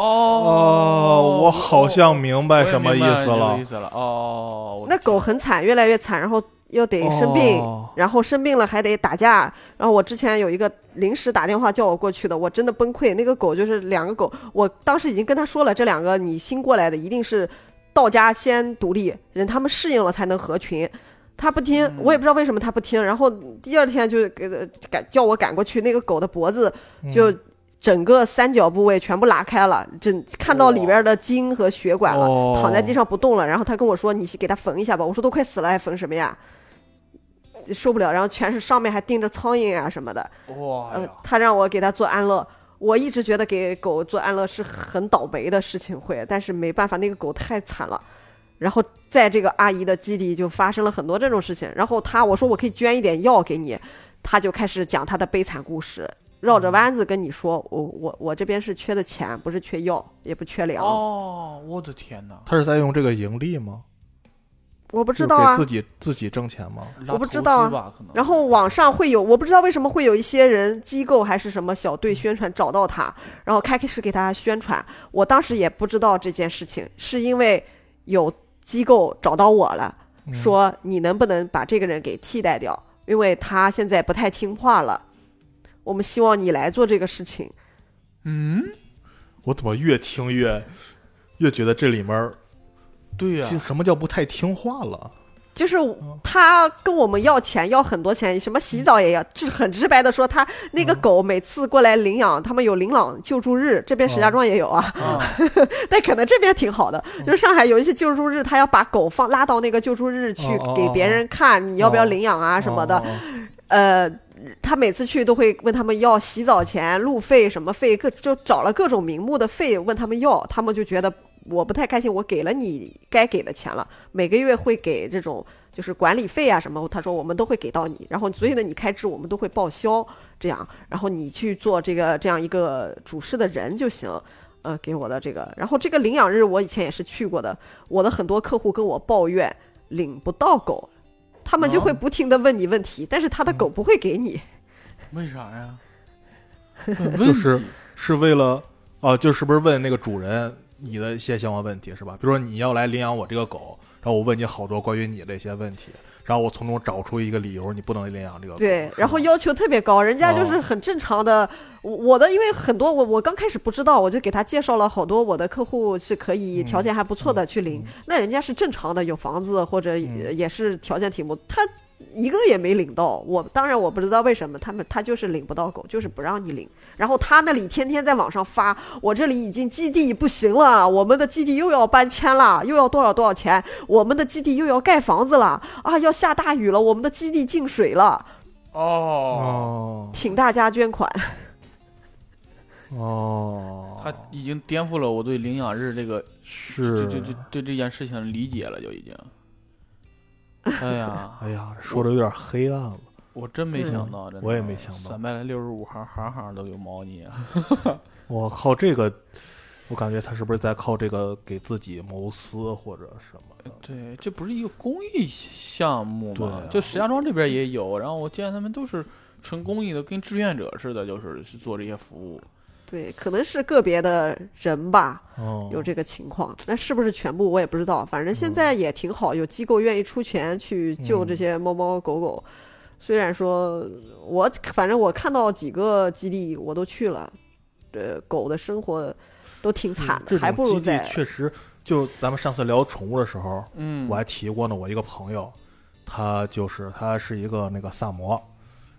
哦，我好像明白什么
意
意思了
意。思了哦。我的
那狗很惨，越来越惨，然后又得生病，
哦
然后生病了还得打架。然后我之前有一个临时打电话叫我过去的，我真的崩溃。那个狗就是两个狗，我当时已经跟他说了，这两个你新过来的一定是到家先独立，人他们适应了才能合群。他不听，我也不知道为什么他不听。然后第二天就给他赶叫我赶过去，那个狗的脖子
嗯
就整个三角部位全部拉开了，整看到里边的筋和血管了，
哦
躺在地上不动了。然后他跟我说：“你给他缝一下吧。”我说：“都快死了，还缝什么呀？”受不了，然后全是上面还钉着苍蝇啊什么的。
哇
嗯、
哎呀，
他让我给他做安乐，我一直觉得给狗做安乐是很倒霉的事情会，但是没办法，那个狗太惨了。然后在这个阿姨的基地就发生了很多这种事情。然后他我说我可以捐一点药给你，他就开始讲他的悲惨故事，绕着弯子跟你说，我我我这边是缺的钱，不是缺药，也不缺粮，
哦，我的天哪！
他是在用这个盈利吗？
我不
不
知道啊
给。自己自己挣钱吗？
拉
我不知
投
道
资
啊
吧可能
然后网上会有，我不知道为什么会有一些人机构还是什么小队宣传找到他，然后开始给他宣传。我当时也不知道这件事情，是因为有机构找到我了，
嗯
说你能不能把这个人给替代掉，因为他现在不太听话了，我们希望你来做这个事情。
嗯，
我怎么越听越越觉得这里面儿
对啊呀
就，什么叫不太听话了？
就是他跟我们要钱，要很多钱，什么洗澡也要，这很直白的说，他那个狗每次过来领养，他们有领养救助日，这边石家庄也有啊，
啊，
但可能这边挺好的，
嗯
就是上海有一些救助日，他要把狗放拉到那个救助日去
哦哦
给别人看，你要不要领养啊
啊
什么的。呃，他每次去都会问他们要洗澡钱、路费什么费，各就找了各种名目的费问他们要，他们就觉得我不太开心，我给了你该给的钱了，每个月会给这种就是管理费啊什么，他说我们都会给到你，然后所有的你开支我们都会报销，这样，然后你去做这个这样一个主事的人就行。呃，给我的这个，然后这个领养日我以前也是去过的，我的很多客户跟我抱怨领不到狗，他们就会
哦
不停的问你问题，但是他的狗不会给你。
为啥呀？
就是是为了啊，就是不是问那个主人你的一些相关问题是吧？比如说你要来领养我这个狗，然后我问你好多关于你的一些问题，然后我从中找出一个理由，你不能领养这个狗。
对
是吧，
然后要求特别高，人家就是
哦
很正常的。我我的因为很多我我刚开始不知道，我就给他介绍了好多我的客户是可以
嗯
条件还不错的去领，那人家是正常的有房子或者也
嗯
也是条件挺不，他一个也没领到。我当然我不知道为什么他们他就是领不到狗，就是不让你领。然后他那里天天在网上发，我这里已经基地不行了，我们的基地又要搬迁了，又要多少多少钱，我们的基地又要盖房子了啊，要下大雨了，我们的基地进水了。
哦，
哦
请大家捐款。 <laughs>
哦，
他已经颠覆了我对领养日这个
是
对对对对这件事情的理解了，就已经。哎呀，
哎呀，说的有点黑暗啊了。
我真没想到，真的
我也没想到
三百六十五行，行行都有猫腻啊。
我靠，这个我感觉他是不是在靠这个给自己谋私或者什么的？
对，这不是一个公益项目
对
嘛？
啊
就石家庄这边也有，然后我见他们都是纯公益的，跟志愿者似的，就是去做这些服务。
对，可能是个别的人吧，
哦，
有这个情况，那是不是全部我也不知道，反正现
嗯
在也挺好，有机构愿意出钱去救这些猫猫狗狗。虽然说我反正我看到几个基地我都去了，呃，狗的生活都挺惨
嗯这
的，还不
种
如
基地
在
确实，就咱们上次聊宠物的时候，
嗯，
我还提过呢，我一个朋友，他就是他是一个那个萨摩，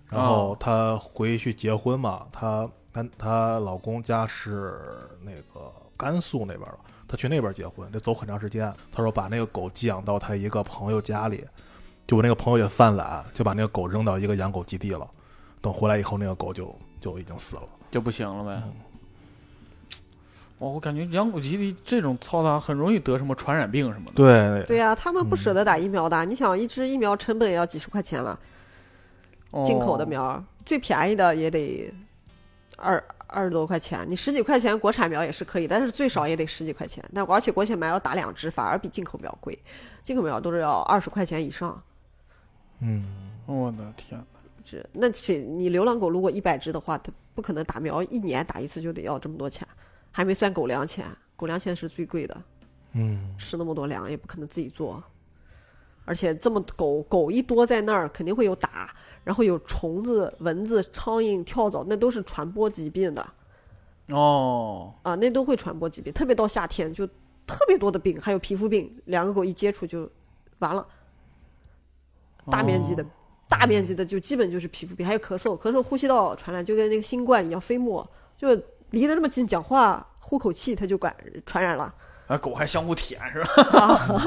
然后他回去结婚嘛，他他她老公家是那个甘肃那边的，他去那边结婚，得走很长时间。他说把那个狗寄养到他一个朋友家里，就我那个朋友也犯懒，就把那个狗扔到一个养狗基地了。等回来以后，那个狗就就已经死了。
就不行了呗哦
嗯。
我我感觉养狗基地这种操它很容易得什么传染病什么的。
对
对呀、他们不
嗯
舍得打疫苗的。你想，一支疫苗成本也要几十块钱了，
哦
进口的苗儿最便宜的也得二二十多块钱，你十几块钱国产苗也是可以，但是最少也得十几块钱。那而且国产苗要打两支，反而比进口苗贵，进口苗都是要二十块钱以上。
嗯，
我的天，
只那这你流浪狗如果一百只的话，它不可能打苗一年打一次就得要这么多钱，还没算狗粮钱，狗粮钱是最贵的，
嗯，
吃那么多粮也不可能自己做，而且这么狗狗一多在那儿肯定会有打，然后有虫子、蚊子、苍蝇、跳蚤，那都是传播疾病的
哦，
啊，那都会传播疾病，特别到夏天就特别多的病，还有皮肤病，两个狗一接触就完了，大面积的。
哦
大面积的就基本就是皮肤病，还有咳嗽，咳嗽呼吸道传染，就跟那个新冠一样，飞沫就离得那么近，讲话呼口气，它就管传染了。
啊，狗还相互舔是吧？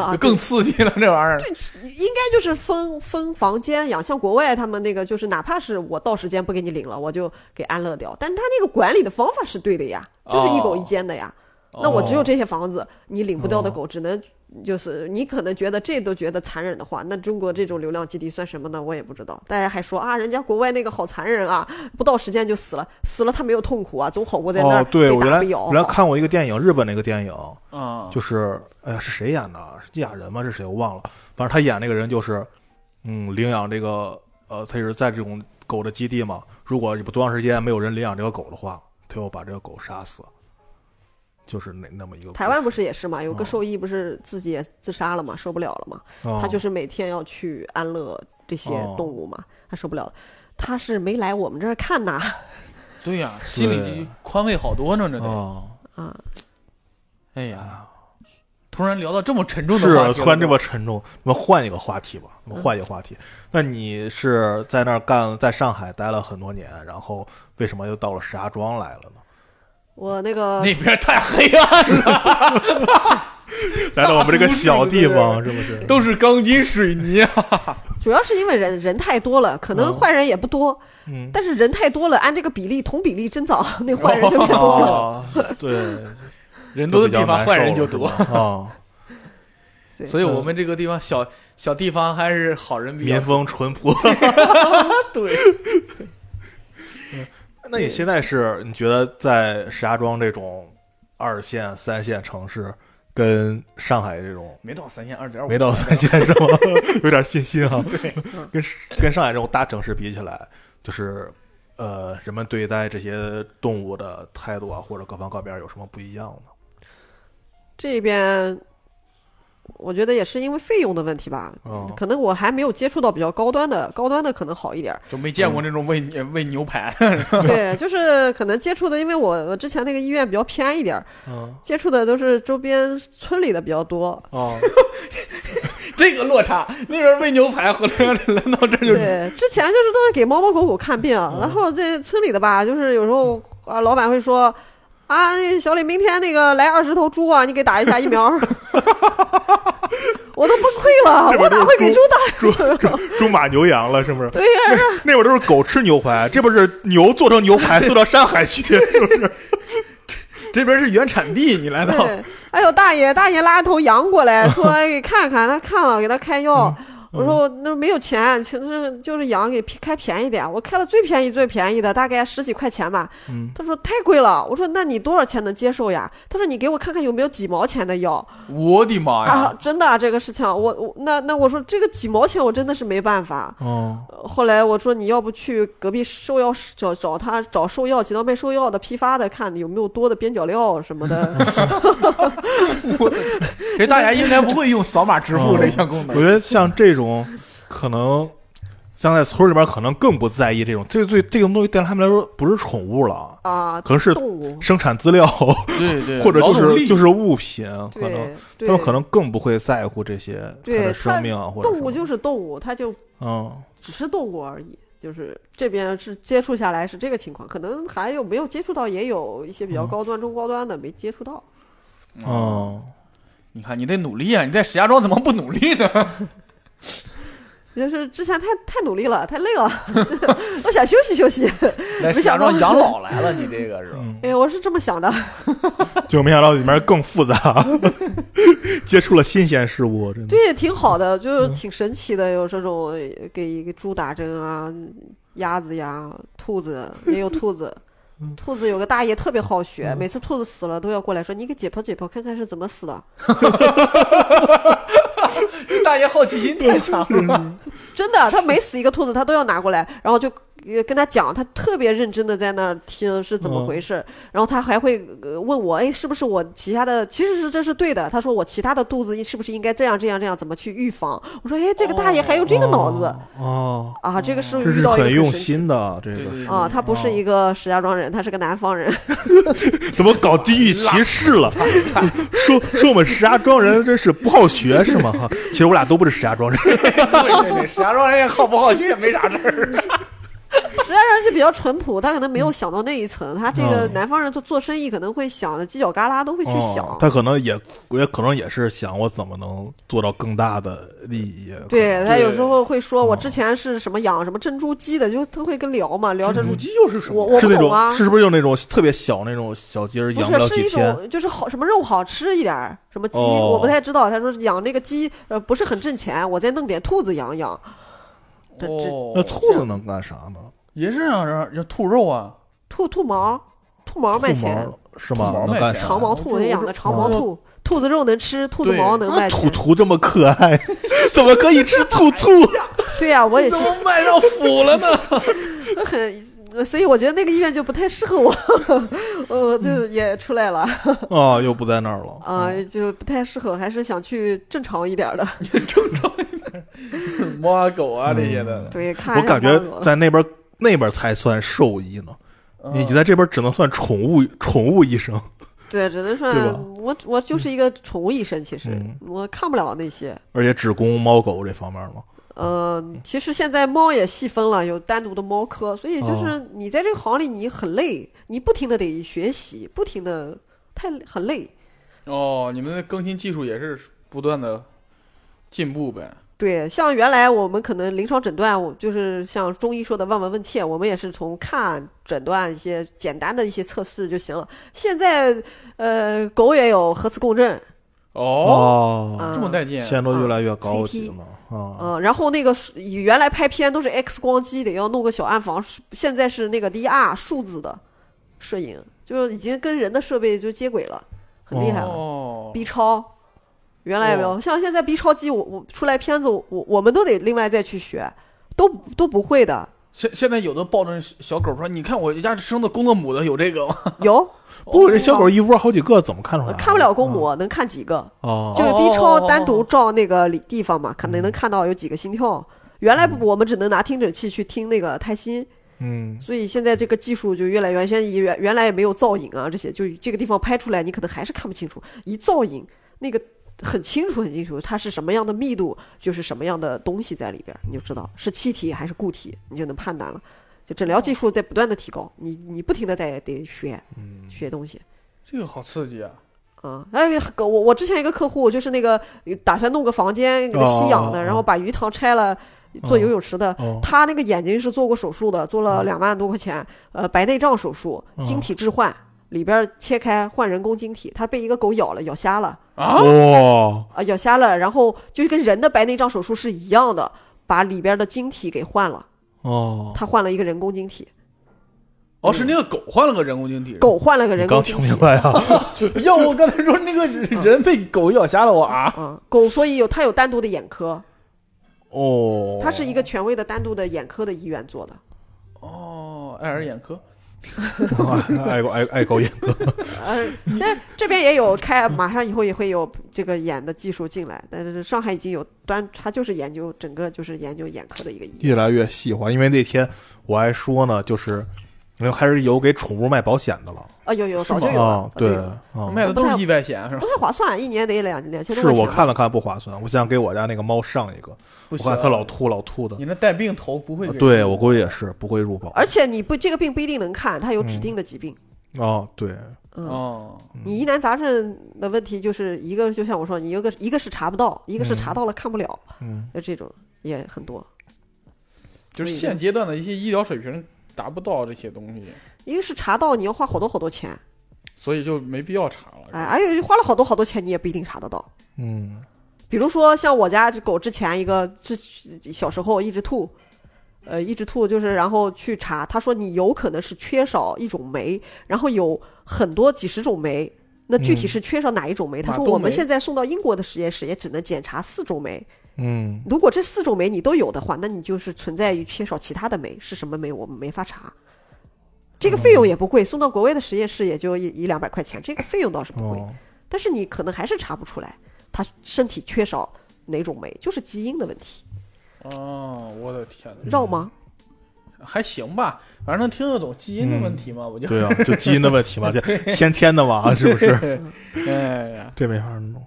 啊
<laughs> 就更刺激了这玩意儿。
应该就是封封房间养，像国外他们那个就是，哪怕是我到时间不给你领了，我就给安乐掉。但是他那个管理的方法是对的呀，就是一狗
哦
一间的呀。那我只有
哦
这些房子，你领不掉的狗，只能就是你可能觉得这都觉得残忍的话，那中国这种流浪基地算什么呢？我也不知道。大家还说啊，人家国外那个好残忍啊，不到时间就死了，死了他没有痛苦啊，总好过在那儿
哦，对
被
我原
打
来
被咬。啊
原来看过一个电影，日本那个电影，
啊，
就是哎呀，是谁演的？是纪亚人吗？是谁？我忘了。反正他演那个人就是，嗯，领养这个呃，他也是在这种狗的基地嘛。如果不多长时间没有人领养这个狗的话，他要把这个狗杀死，就是那那么一个故事。
台湾不是也是嘛？有个
哦
兽医不是自己也自杀了嘛，受不了了嘛。
哦
他就是每天要去安乐这些动物嘛，他受不了了。他是没来我们这儿看呐 <laughs>
对呀，心里宽慰好多呢，这得。
哦，啊
啊！
哎呀，突然聊到这么沉重的话
是
题了，
突然这么沉重。我们换一个话题吧，我
嗯
们换一个话题。那你是在那儿干，在上海待了很多年，然后为什么又到了石家庄来了呢？
我那个
那边太黑暗了，
来到我们这个小地方，
大
是不是？
都是钢筋水泥啊。 <laughs>
主要是因为人人太多了，可能
哦
坏人也不多，
嗯，
但是人太多了，按这个比例同比例增长， <laughs> 那坏人就变多了。
哦，对，
人
就
多
比
的
较
地方
难受
坏人
了
就是多
吧，啊。
对
所以我们这个地方小小地方还是好人 <laughs> 比较
民
多。
风淳朴。
<laughs> 对，
<laughs> 那你现在是你觉得在石家庄这种二线、三线城市，跟上海这种
没到三线二点五，
没到三线是吗？ <laughs> 有点信心啊。
<laughs> 对，
<laughs> 跟跟上海这种大城市比起来，就是呃，人们对待这些动物的态度啊，或者各方各面有什么不一样呢？
这边，我觉得也是因为费用的问题吧。
哦
可能我还没有接触到比较高端的，高端的可能好一点
<laughs>
儿。
就没见
嗯
过那种喂牛喂牛排。
对，就是可能接触的，因为我我之前那个医院比较偏一点儿，
嗯
接触的都是周边村里的比较多。
哦，
这个落差，那边喂牛排，回来 <laughs> 来到这儿就
对，之前就是都是给猫猫狗狗看病，然后这村里的吧，就是有时候啊，老板会说。啊，那小李，明天那个来二十头猪啊，你给打一下疫苗。我都崩溃了，
这边
我
都是
哪会给
猪
猪打疫苗？
猪马牛羊了，是不是？
对呀、
那会儿都是狗吃牛排，这不是牛做成牛排送到上海去，是不是？
这边是原产地，你来到
哎对，还有大爷，大爷拉一头羊过来，说哎给看看，他看了，给他开药。我说我那没有钱，其实就是养给便开便宜点。我开了最便宜最便宜的，大概十几块钱吧。
嗯，
他说太贵了。我说那你多少钱能接受呀？他说你给我看看有没有几毛钱的药
我的妈
啊
呀！！
真的、啊、这个事情，我我那那我说这个几毛钱我真的是没办法。
哦，
呃后来我说你要不去隔壁售药室找找他找售药，几道卖售药的批发的，看有没有多的边角料什么的。
这大家应该不会用扫码支付
嗯
这项功
我
能
觉得像这种可能。像在村里边，可能更不在意这种，这对这种东西对他们来说不是宠物了，
啊，
可能是
动物，
生产资料
对对
或者
劳
就
动
是
力
就是物品，可能
对
他
对，
们可能更不会在乎这些它
对
的
它
生命啊，或者
动物
什么
就是动物，它就
嗯
只是动物而已。就是这边是接触下来是这个情况，可能还有没有接触到，也有一些比较
嗯
高端、中高端的没接触到。
嗯，
嗯，
你看你得努力啊！你在石家庄怎么不努力呢？
就是之前太太努力了，太累了， <laughs> 我想休息休
<laughs>
息。
来石家庄养老来了，你这
<laughs>
个是吧？啊
嗯
哎呀，我是这么想的。
就没想到里面更复杂， <laughs> 接触了新鲜事物，真的。
对，挺好的，就是
嗯
挺神奇的，有这种呃给给猪打针啊，鸭子呀，兔子也有兔
<laughs>
子。兔子有个大爷特别好学，
嗯
每次兔子死了都要过来说：“你给解剖解剖，看看是怎么死的。
大爷好奇心太强了，”
真的，他每死一个兔子，他都要拿过来，然后就呃跟他讲，他特别认真的在那儿听是怎么
嗯
回事。然后他还会呃问我：“哎，是不是我其他的？其实是这是对的。”他说：“我其他的肚子是不是应该这样这样这样？怎么去预防？”我说：“哎，这个大爷还有这个脑子。
哦，
啊，这个是
哦
这
遇
是
到一个
很用
神奇
心的，哦这
对
个
对
是
对
啊，他不是一个石家庄人，他是个南方人。 <laughs>
怎么搞地域歧视了？ <laughs> 说说我们石家庄人真是不好学是吗？哈，其实我俩都不是石家庄人，
对对对，石家庄人也好不好学也没 <laughs> 啥事儿。
石家庄人就比较淳朴，他可能没有想到那一层。他这个
嗯
南方人做做生意可能会想的犄角旮旯都会去
哦
想，。
他可能也也可能也是想我怎么能做到更大的利益。啊
对他有时候会说，
对
我之前是什么养什么珍珠鸡的，就他会跟聊嘛，聊珍珠
母
鸡。
鸡又是什
我
么？
我
是
不
那
懂啊
种，是不是就那种特别小那种小鸡儿
不
养不了
是，是
几
一
天？
种就是好什么肉好吃一点儿，什么鸡、
哦
我不太知道。他说养那个鸡呃不是很挣钱，我再弄点兔子养养。这这
哦
那兔子能干啥呢？
也是啊，让让兔肉啊，
兔兔毛，兔毛卖
兔毛
钱，
是吗
兔毛？
能
卖
干
钱
啥？
长毛兔
我
我
知
得养
我
的
知
长毛
哦
兔，兔子肉能吃，兔子
对
毛能卖钱
啊兔。兔这么可爱， <laughs> 怎么可以吃兔兔？ <laughs>
对呀、我也
怎
是。
么卖上腐了呢？
<laughs> 很，所以我觉得那个医院就不太适合我， <laughs> 呃，就是也出来了
哦，又不在那儿了
啊、！就不太适合，还是想去正常一点儿的。
猫啊狗啊这些
嗯
的，
对，看
我
一下
感觉
猫狗
在那边那边才算兽医呢，你
嗯
在这边只能算宠物宠物医生。
对，只能
对吧
算我我就是一个宠物医生，其实、
嗯
我看不了那些。
而且只供猫狗这方面了，
嗯，其实现在猫也细分了，有单独的猫科，所以就是你在这个行里你很累，你不停的得学习，不停的太很累。
哦，你们的更新技术也是不断的进步呗。
对，像原来我们可能临床诊断，我就是像中医说的望闻问切，我们也是从看诊断一些简单的一些测试就行了。现在，呃，狗也有核磁共振，
哦，
哦
啊
这么带劲，
现在都越来越高级了啊！
嗯，然后那个是原来拍片都是 X 光机得要弄个小暗房，是现在是那个 DR 数字的摄影，就是已经跟人的设备就接轨了，很厉害了。
哦，
B 超，原来也没有，像现在 B 超机我，我出来片子我，我我们都得另外再去学，都都不会的。
现现在有的抱着小狗说：“你看我家生的公的母的有这个吗 <laughs>
有哦
不过这小狗一窝好几个，怎么看出来？啊
看呃不了公母，能看几个？就
哦，嗯
是
哦
B 超单独照那个里地方嘛，可能能看到有几个心跳。原来我们只能拿听诊器去听那个胎心，
嗯，
所以现在这个技术就越来原先原原来也没有造影啊这些，就这个地方拍出来你可能还是看不清楚，一造影那个很清楚很清楚，它是什么样的密度，就是什么样的东西在里边儿，你就知道是气体还是固体，你就能判断了。就诊疗技术在不断的提高，你你不停的在得学
嗯
学东西。？”
这个好刺激啊！
啊，哎，我我之前一个客户就是那个打算弄个房间给他吸氧的，
哦
然后把鱼塘拆了做游泳池的。
哦，嗯
他那个眼睛是做过手术的，做了两万多块钱，呃，白内障手术，晶体置换，里边切开换人工晶体。他被一个狗咬了，咬瞎了，
啊，
哇，
啊，咬瞎了，然后就跟人的白内障手术是一样的，把里边的晶体给换了，
哦，
他换了一个人工晶体，
哦，是那个狗换了个人工晶体。
狗换了个
你
人
刚
工晶
听
体 <laughs>
明。白啊？
<laughs> 要我刚才说那个人被狗咬瞎了，我啊，
啊，狗所以有它有单独的眼科，
哦，
它是一个权威的单独的眼科的医院做的。
哦，爱尔眼科，
<laughs> 爱狗爱爱狗眼科，
呃，现在这边也有开，马上以后也会有这个眼的技术进来，但是上海已经有端，它就是研究整个就是研究眼科的一个医院。
越来越细化。因为那天我还说呢，就是因为还是有给宠物卖保险的了
啊，有有
是吗
早就有
啊
了，，早就有
对
了
啊，
卖的都是意外险啊是吧？
不太划算，一年得两两千多
是
块钱。
我看了看不划算，我想给我家那个猫上一个，
不
我
行
看，它老吐老吐的啊
你，那带病头不会给？
对我估计也是不会入保。
而且你不这个病不一定能看，它有指
嗯
定的疾病。
哦，对，
嗯，
哦，
你疑难杂症的问题就是一个，就像我说，你一个一个是查不到，一个是查到了看不了，
嗯，
就这种也很多。
就是
对
现阶段的一些医疗水平达不到这些东西，
一个是查到你要花好多好多钱，
所以就没必要查了。
哎，还有花了好多好多钱你也不一定查得到。
嗯，
比如说像我家这狗之前一个，之小时候一直吐，呃，一直吐，就是然后去查，他说你有可能是缺少一种酶，然后有很多几十种酶。那具体
嗯
是缺少哪一种酶？他
马
说
冬
我们
酶
现在送到英国的实验室也只能检查四种酶，
嗯，
如果这四种酶你都有的话，那你就是存在于缺少其他的酶，是什么酶我们没法查。这个费
哦
用也不贵，送到国外的实验室也就一一两百块钱，这个费用倒是不贵。
哦，
但是你可能还是查不出来他身体缺少哪种酶，就是基因的问题，
哦，我的天哪，
绕吗？
还行吧，反正能听得懂基因的问题嘛，我就
对啊，就基因的
<laughs>
问题嘛，这先天的嘛，是不是？
哎呀，
这没法弄。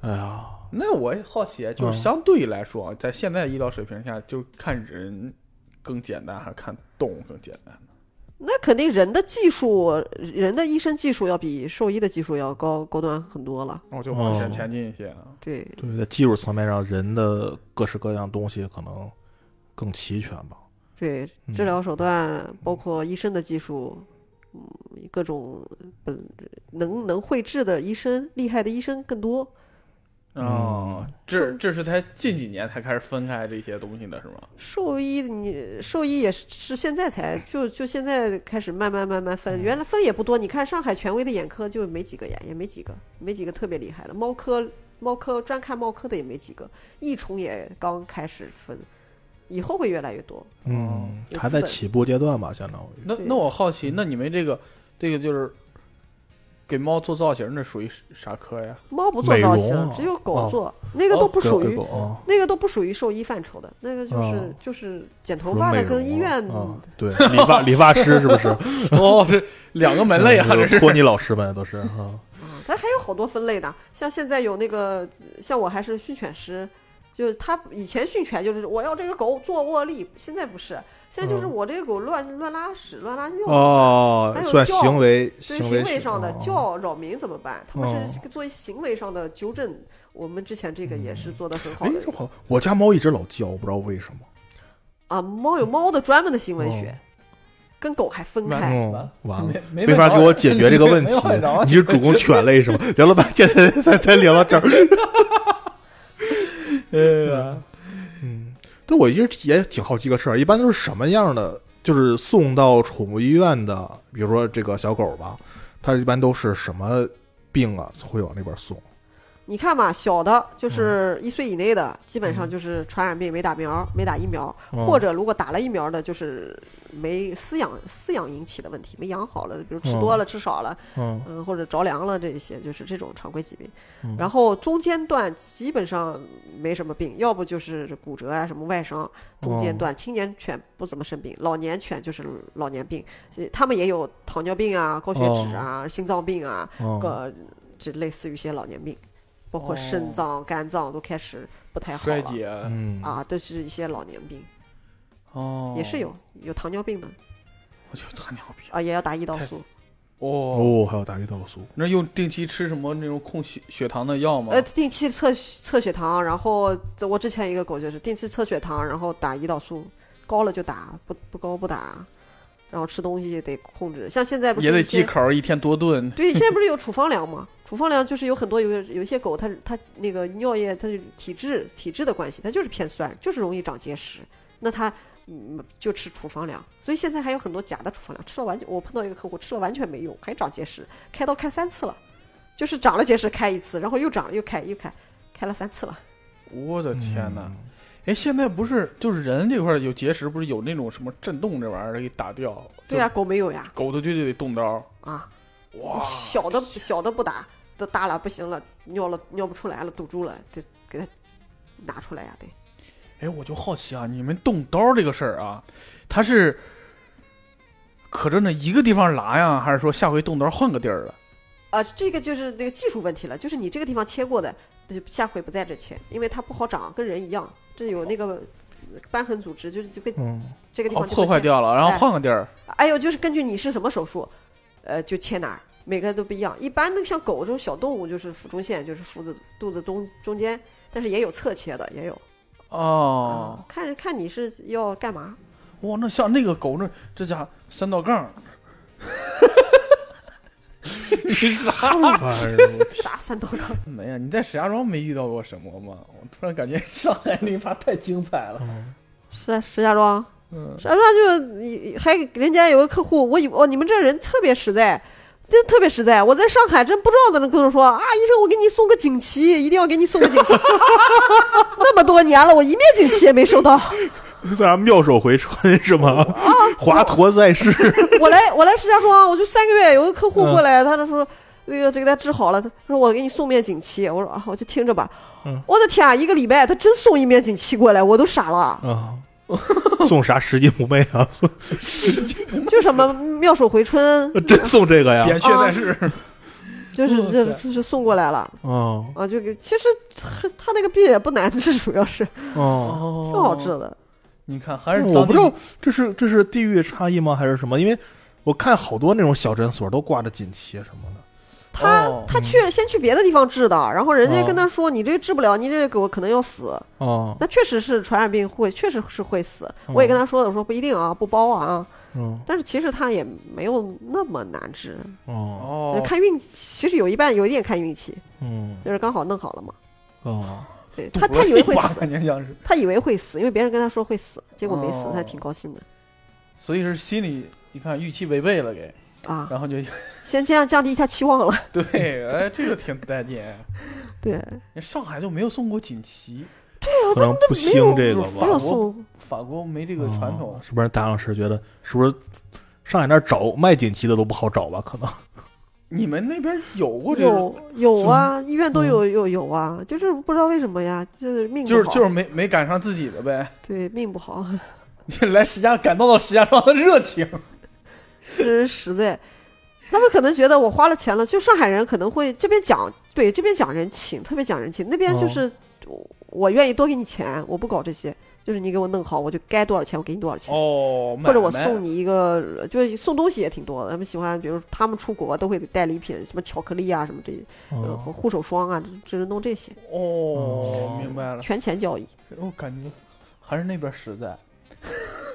哎呀，
那我也好奇，啊
嗯
就是相对来说，啊，在现在医疗水平下，就看人更简单还是看动物更简单？
那肯定人的技术，人的医生技术要比兽医的技术要高高端很多了。
那我就往前
哦
前进一些啊。
对，
对，在技术层面上，人的各式各样东西可能更齐全吧。
对，
嗯
治疗手段包括医生的技术，嗯，各种本能能绘制的医生，厉害的医生更多。
嗯
哦，这这是才近几年才开始分开这些东西的是吗？
兽医你兽医也是是现在才就就现在开始慢慢慢慢
嗯
分，原来分也不多。你看上海权威的眼科就没几个眼，也没几个，没几个特别厉害的。猫科猫科专看猫科的也没几个，益虫也刚开始分，以后会越来越多。
嗯，
哦有
还
资
在
本
起步阶段吧，相当于。
那
对
那我好奇，那你们这个这个就是给猫做造型，那属于啥科
<laughs>
呀？
猫不做
美
造
容
型，
啊
只有
哦
狗做，那个都不属于
狗啊，
那个都不属于兽医范畴的，那个就是、
哦
就是剪头发的跟医院，
啊，
<laughs>
对，理发理发师是不是？
哦，这两个门类啊，
嗯
这
就是
是。
托尼老师们都是啊。
啊它还有好多分类的，像现在有那个，像我还是训犬师，就是他以前训犬就是我要这个狗做握力，现在不是，现在就是
嗯
我这个狗乱乱拉屎、乱拉尿，
哦
还，有
算
叫
行为
所
行
以行
为
为上的
哦
叫扰民怎么办？他
哦
们是做一些行为上的纠正。我们之前这个也是做的很好
哎
的，
这好，我家猫一直老叫，我不知道为什么。
啊。猫有猫的专门的行为学，跟狗还分
完
开。
哦
<laughs>
嗯，完了，
没
没法给
啊
我解决这个问题。你是主攻犬类 <laughs> 是吗？聊了半天才才才聊到这 <laughs> 儿。
呃，
嗯，对，我一直也挺好奇个事儿，一般都是什么样的？就是送到宠物医院的，比如说这个小狗吧，它一般都是什么病啊，会往那边送？
你看嘛，小的
嗯
就是一岁以内的，基本上就是传染病没打苗、没打疫苗，
嗯
嗯
或者如果打了疫苗的，就是没饲养饲养引起的问题，没养好了，比如吃多了、吃少了，
嗯，
嗯，或者着凉了，这一些就是这种常规疾病
嗯。
然后中间段基本上没什么病，要不就是骨折啊、什么外伤。中
哦
间段青年犬不怎么生病，老年犬就是老年病，所以他们也有糖尿病啊、高血
哦
脂啊、心脏病啊，
嗯，
个这类似于一些老年病，包括
哦
肾脏、肝脏都开始不太好
衰
了
竭
嗯，
啊，都是一些老年病，
哦，
也是，有有糖尿病的
我觉得他牛逼
啊，也要打胰岛
太
素，
哦。
哦，还有大胰岛素，
那用定期吃什么那种控血血糖的药吗
呃，？定期测血测血糖，然后这我之前一个狗就是定期测血糖，然后打胰岛素，高了就打，不不高不打，然后吃东西得控制。像现在不是
也得
一些
忌口，一天多顿。
<laughs> 对，现在不是有处方粮吗？处方粮就是有很多有有一些狗它，它那个尿液，它就体质体质的关系，它就是偏酸，就是容易长结石。那它嗯就吃处方粮，所以现在还有很多假的处方粮，吃了完全我碰到一个客户吃了完全没用，还长结石，开刀开三次了，就是长了结石开一次，然后又长了又开又开，开了三次了。
我的
嗯
天哪！哎，现在不是就是人这块儿有结石，不是有那种什么震动这玩意儿给打掉？
对呀、，狗没有呀
狗的就得动刀。
啊，
哇，
小的小的不打，都大了不行了，尿了尿不出来了，堵住了，得给它拿出来呀、得。
哎，我就好奇啊，你们动刀这个事儿啊，它是可着那一个地方拉呀，还是说下回动刀换个地儿了？
啊，这个就是那个技术问题了，就是你这个地方切过的，那就下回不在这切，因为它不好长，跟人一样，这有那个瘢痕组织，就是就跟
<laughs>
嗯，
这个地
哦，
方就
破坏
切。
掉了，然后
哎
换个地儿。
哎呦，就是根据你是什么手术，呃，就切哪儿，每个都不一样。一般那个像狗这种小动物，就是腹中线，就是腹子肚子中中间，但是也有侧切的，也有。
哦
啊，，看看你是要干嘛。
哇，那像那个狗那这家伙三道杠，你啥玩意
哎呦我天
打三刀杠，
儿没呀？你在石家庄没遇到过什么吗？我突然感觉上海那一趴太精彩了。
嗯
是啊石家庄。
嗯，
石家庄就你还人家有个客户，我以为哦，你们这人特别实在，真特别实在。我在上海真不知道的人跟我说啊，医生，我给你送个锦旗，一定要给你送个锦旗。 <laughs> 那么多年了，我一面锦旗也没收到。
<laughs> 虽然妙手回春是
哦
吗？华佗在世，
我来我来石家庄，我就三个月，有个客户过来，他就说那个这个他治好了，他说我给你送面锦旗，我说啊，我就听着吧。
嗯
我的天啊，一个礼拜他真送一面锦旗过来，我都傻
<laughs>
了。
啊，送啥拾金不昧啊？ <laughs> 送
就什么妙手回春，
真送这哎个呀？
扁鹊在世，
就是
哇
这
塞
就是送过来了。
嗯
啊，就给其实他他那个病也不难治， <laughs> 主要是
嗯，
哦
啊挺好治的。
你看，还是
哎我不知道这是这是地域差异吗？还是什么？因为我看好多那种小诊所都挂着锦旗什么的。
他、
哦
他去先去别的地方治的，然后人家
嗯哦
跟他说、你这个治不了，你这个狗可能要死。
哦，
那确实是传染病会，确实是会死。我也跟他说了，我说不一定啊，不包啊。
嗯
但是其实他也没有那么难治，呃
哦
哦，
看运气。其实有一半有一点看运气，
嗯
就是刚好弄好了嘛。
哦，
对他他以为会死，
感觉像是，
他以为会死，因为别人跟他说会死，结果没死，
哦
他还挺高兴的
所以是心里你看预期违背了给，
啊。
然后就
先这样降低一下期望了，
<laughs> 对，哎，这个挺带劲。
<laughs> 对，
上海就没有送过锦旗，
可能不
没有
兴这个
就是
吧
没。有
法国
送。
法国没这个传统
哦。是不是？大老师觉得是不是上海那儿找卖锦旗的都不好找吧？可能
你们那边有过这种？
有有啊，医院都有有有啊，就是不知道为什么呀，就是命不
嗯就
好
是就是没没赶上自己的呗， <laughs>
对命不好， <laughs>
你来石家感到了石家庄的热情。
这是实在。他们可能觉得我花了钱了，就上海人可能会这边讲对这边讲人情，特别讲人情，那
哦
边就是、我我愿意多给你钱，我不搞这些，就是你给我弄好，我就该多少钱我给你多少钱。
<laughs> 哦，
<laughs> 或者我送你一个，就是送东西也挺多的。他们喜欢，比如他们出国都会带礼品，什么巧克力啊，什么这，呃
哦
护护手霜啊，只是弄这些，
哦，明白了，哎
全钱交易。
我感觉还是那边实在。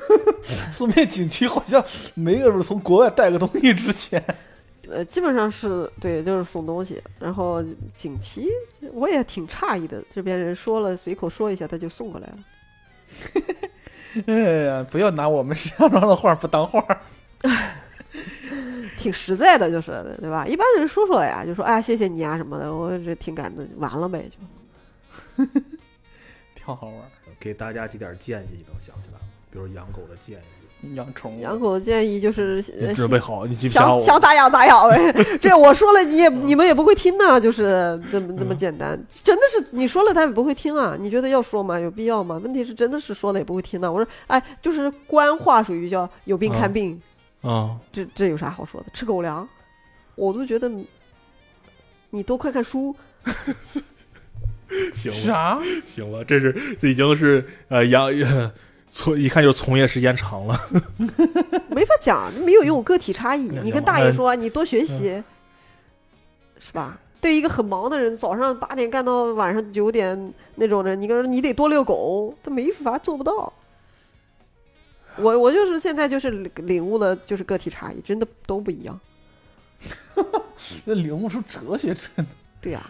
<laughs> 送面锦旗好像没有从国外带个东西之前， <laughs>
呃，基本上是对，就是送东西。然后锦旗，我也挺诧异的，这边人说了，随口说一下，他就送过来了。
哎呀，不要拿我们石家庄的话不当话。
挺实在的，就是对吧？一般人说说呀，就说哎，谢谢你啊什么的，我这挺感动，完了呗就。
挺好玩儿。
给大家几点建议，能想起来吗？比如养狗的建议，
养宠物，
养狗的建议就是
你
呃
准备好，你记不下
想
我。
想咋养咋养呗，这我说了你也你们也不会听呐，就是这么这么简单，真的是你说了他也不会听啊，你觉得要说吗？有必要吗？问题是真的是说了也不会听呐。我说哎，就是官话属于叫有病看
嗯
病，
嗯
这这有啥好说的？吃狗粮，我都觉得你多看看书，
行吧
<laughs> 啥？
行吧，这是这已经是呃养呃从一看就是从业时间长了。
没法讲，没有用个体差异
嗯。
你跟大爷说你多学习，是吧？对于一个很忙的人，早上八点干到晚上九点那种人，你跟他说你得多遛狗，他没法做不到。我我就是现在就是领领悟了，就是个体差异，真的都不一样。
那领悟出哲学
哦
之
对呀、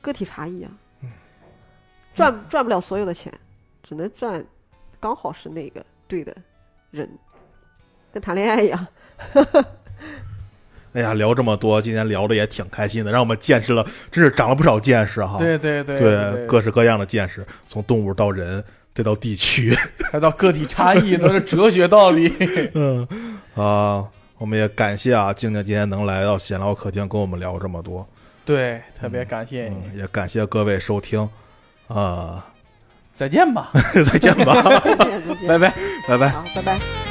个体差异啊，赚赚不了所有的钱，只能赚刚好是那个对的人，跟谈恋爱一样。
哎呀，聊这么多，今天聊的也挺开心的，让我们见识了，真是长了不少见识哈。
对对对
对，
对，
各式各样的见识，从动物到人，再到地 <laughs> 区，
还到个体差异都是哲学道理。
<laughs>
嗯啊，我们也感谢啊，静静今天能来到闲聊客厅跟我们聊这么多，
对，特别感谢你，
嗯，也感谢各位收听，啊、 <laughs>
再见吧，
再见吧，
再见，再见
<laughs> 拜拜。
拜拜。
好，拜拜。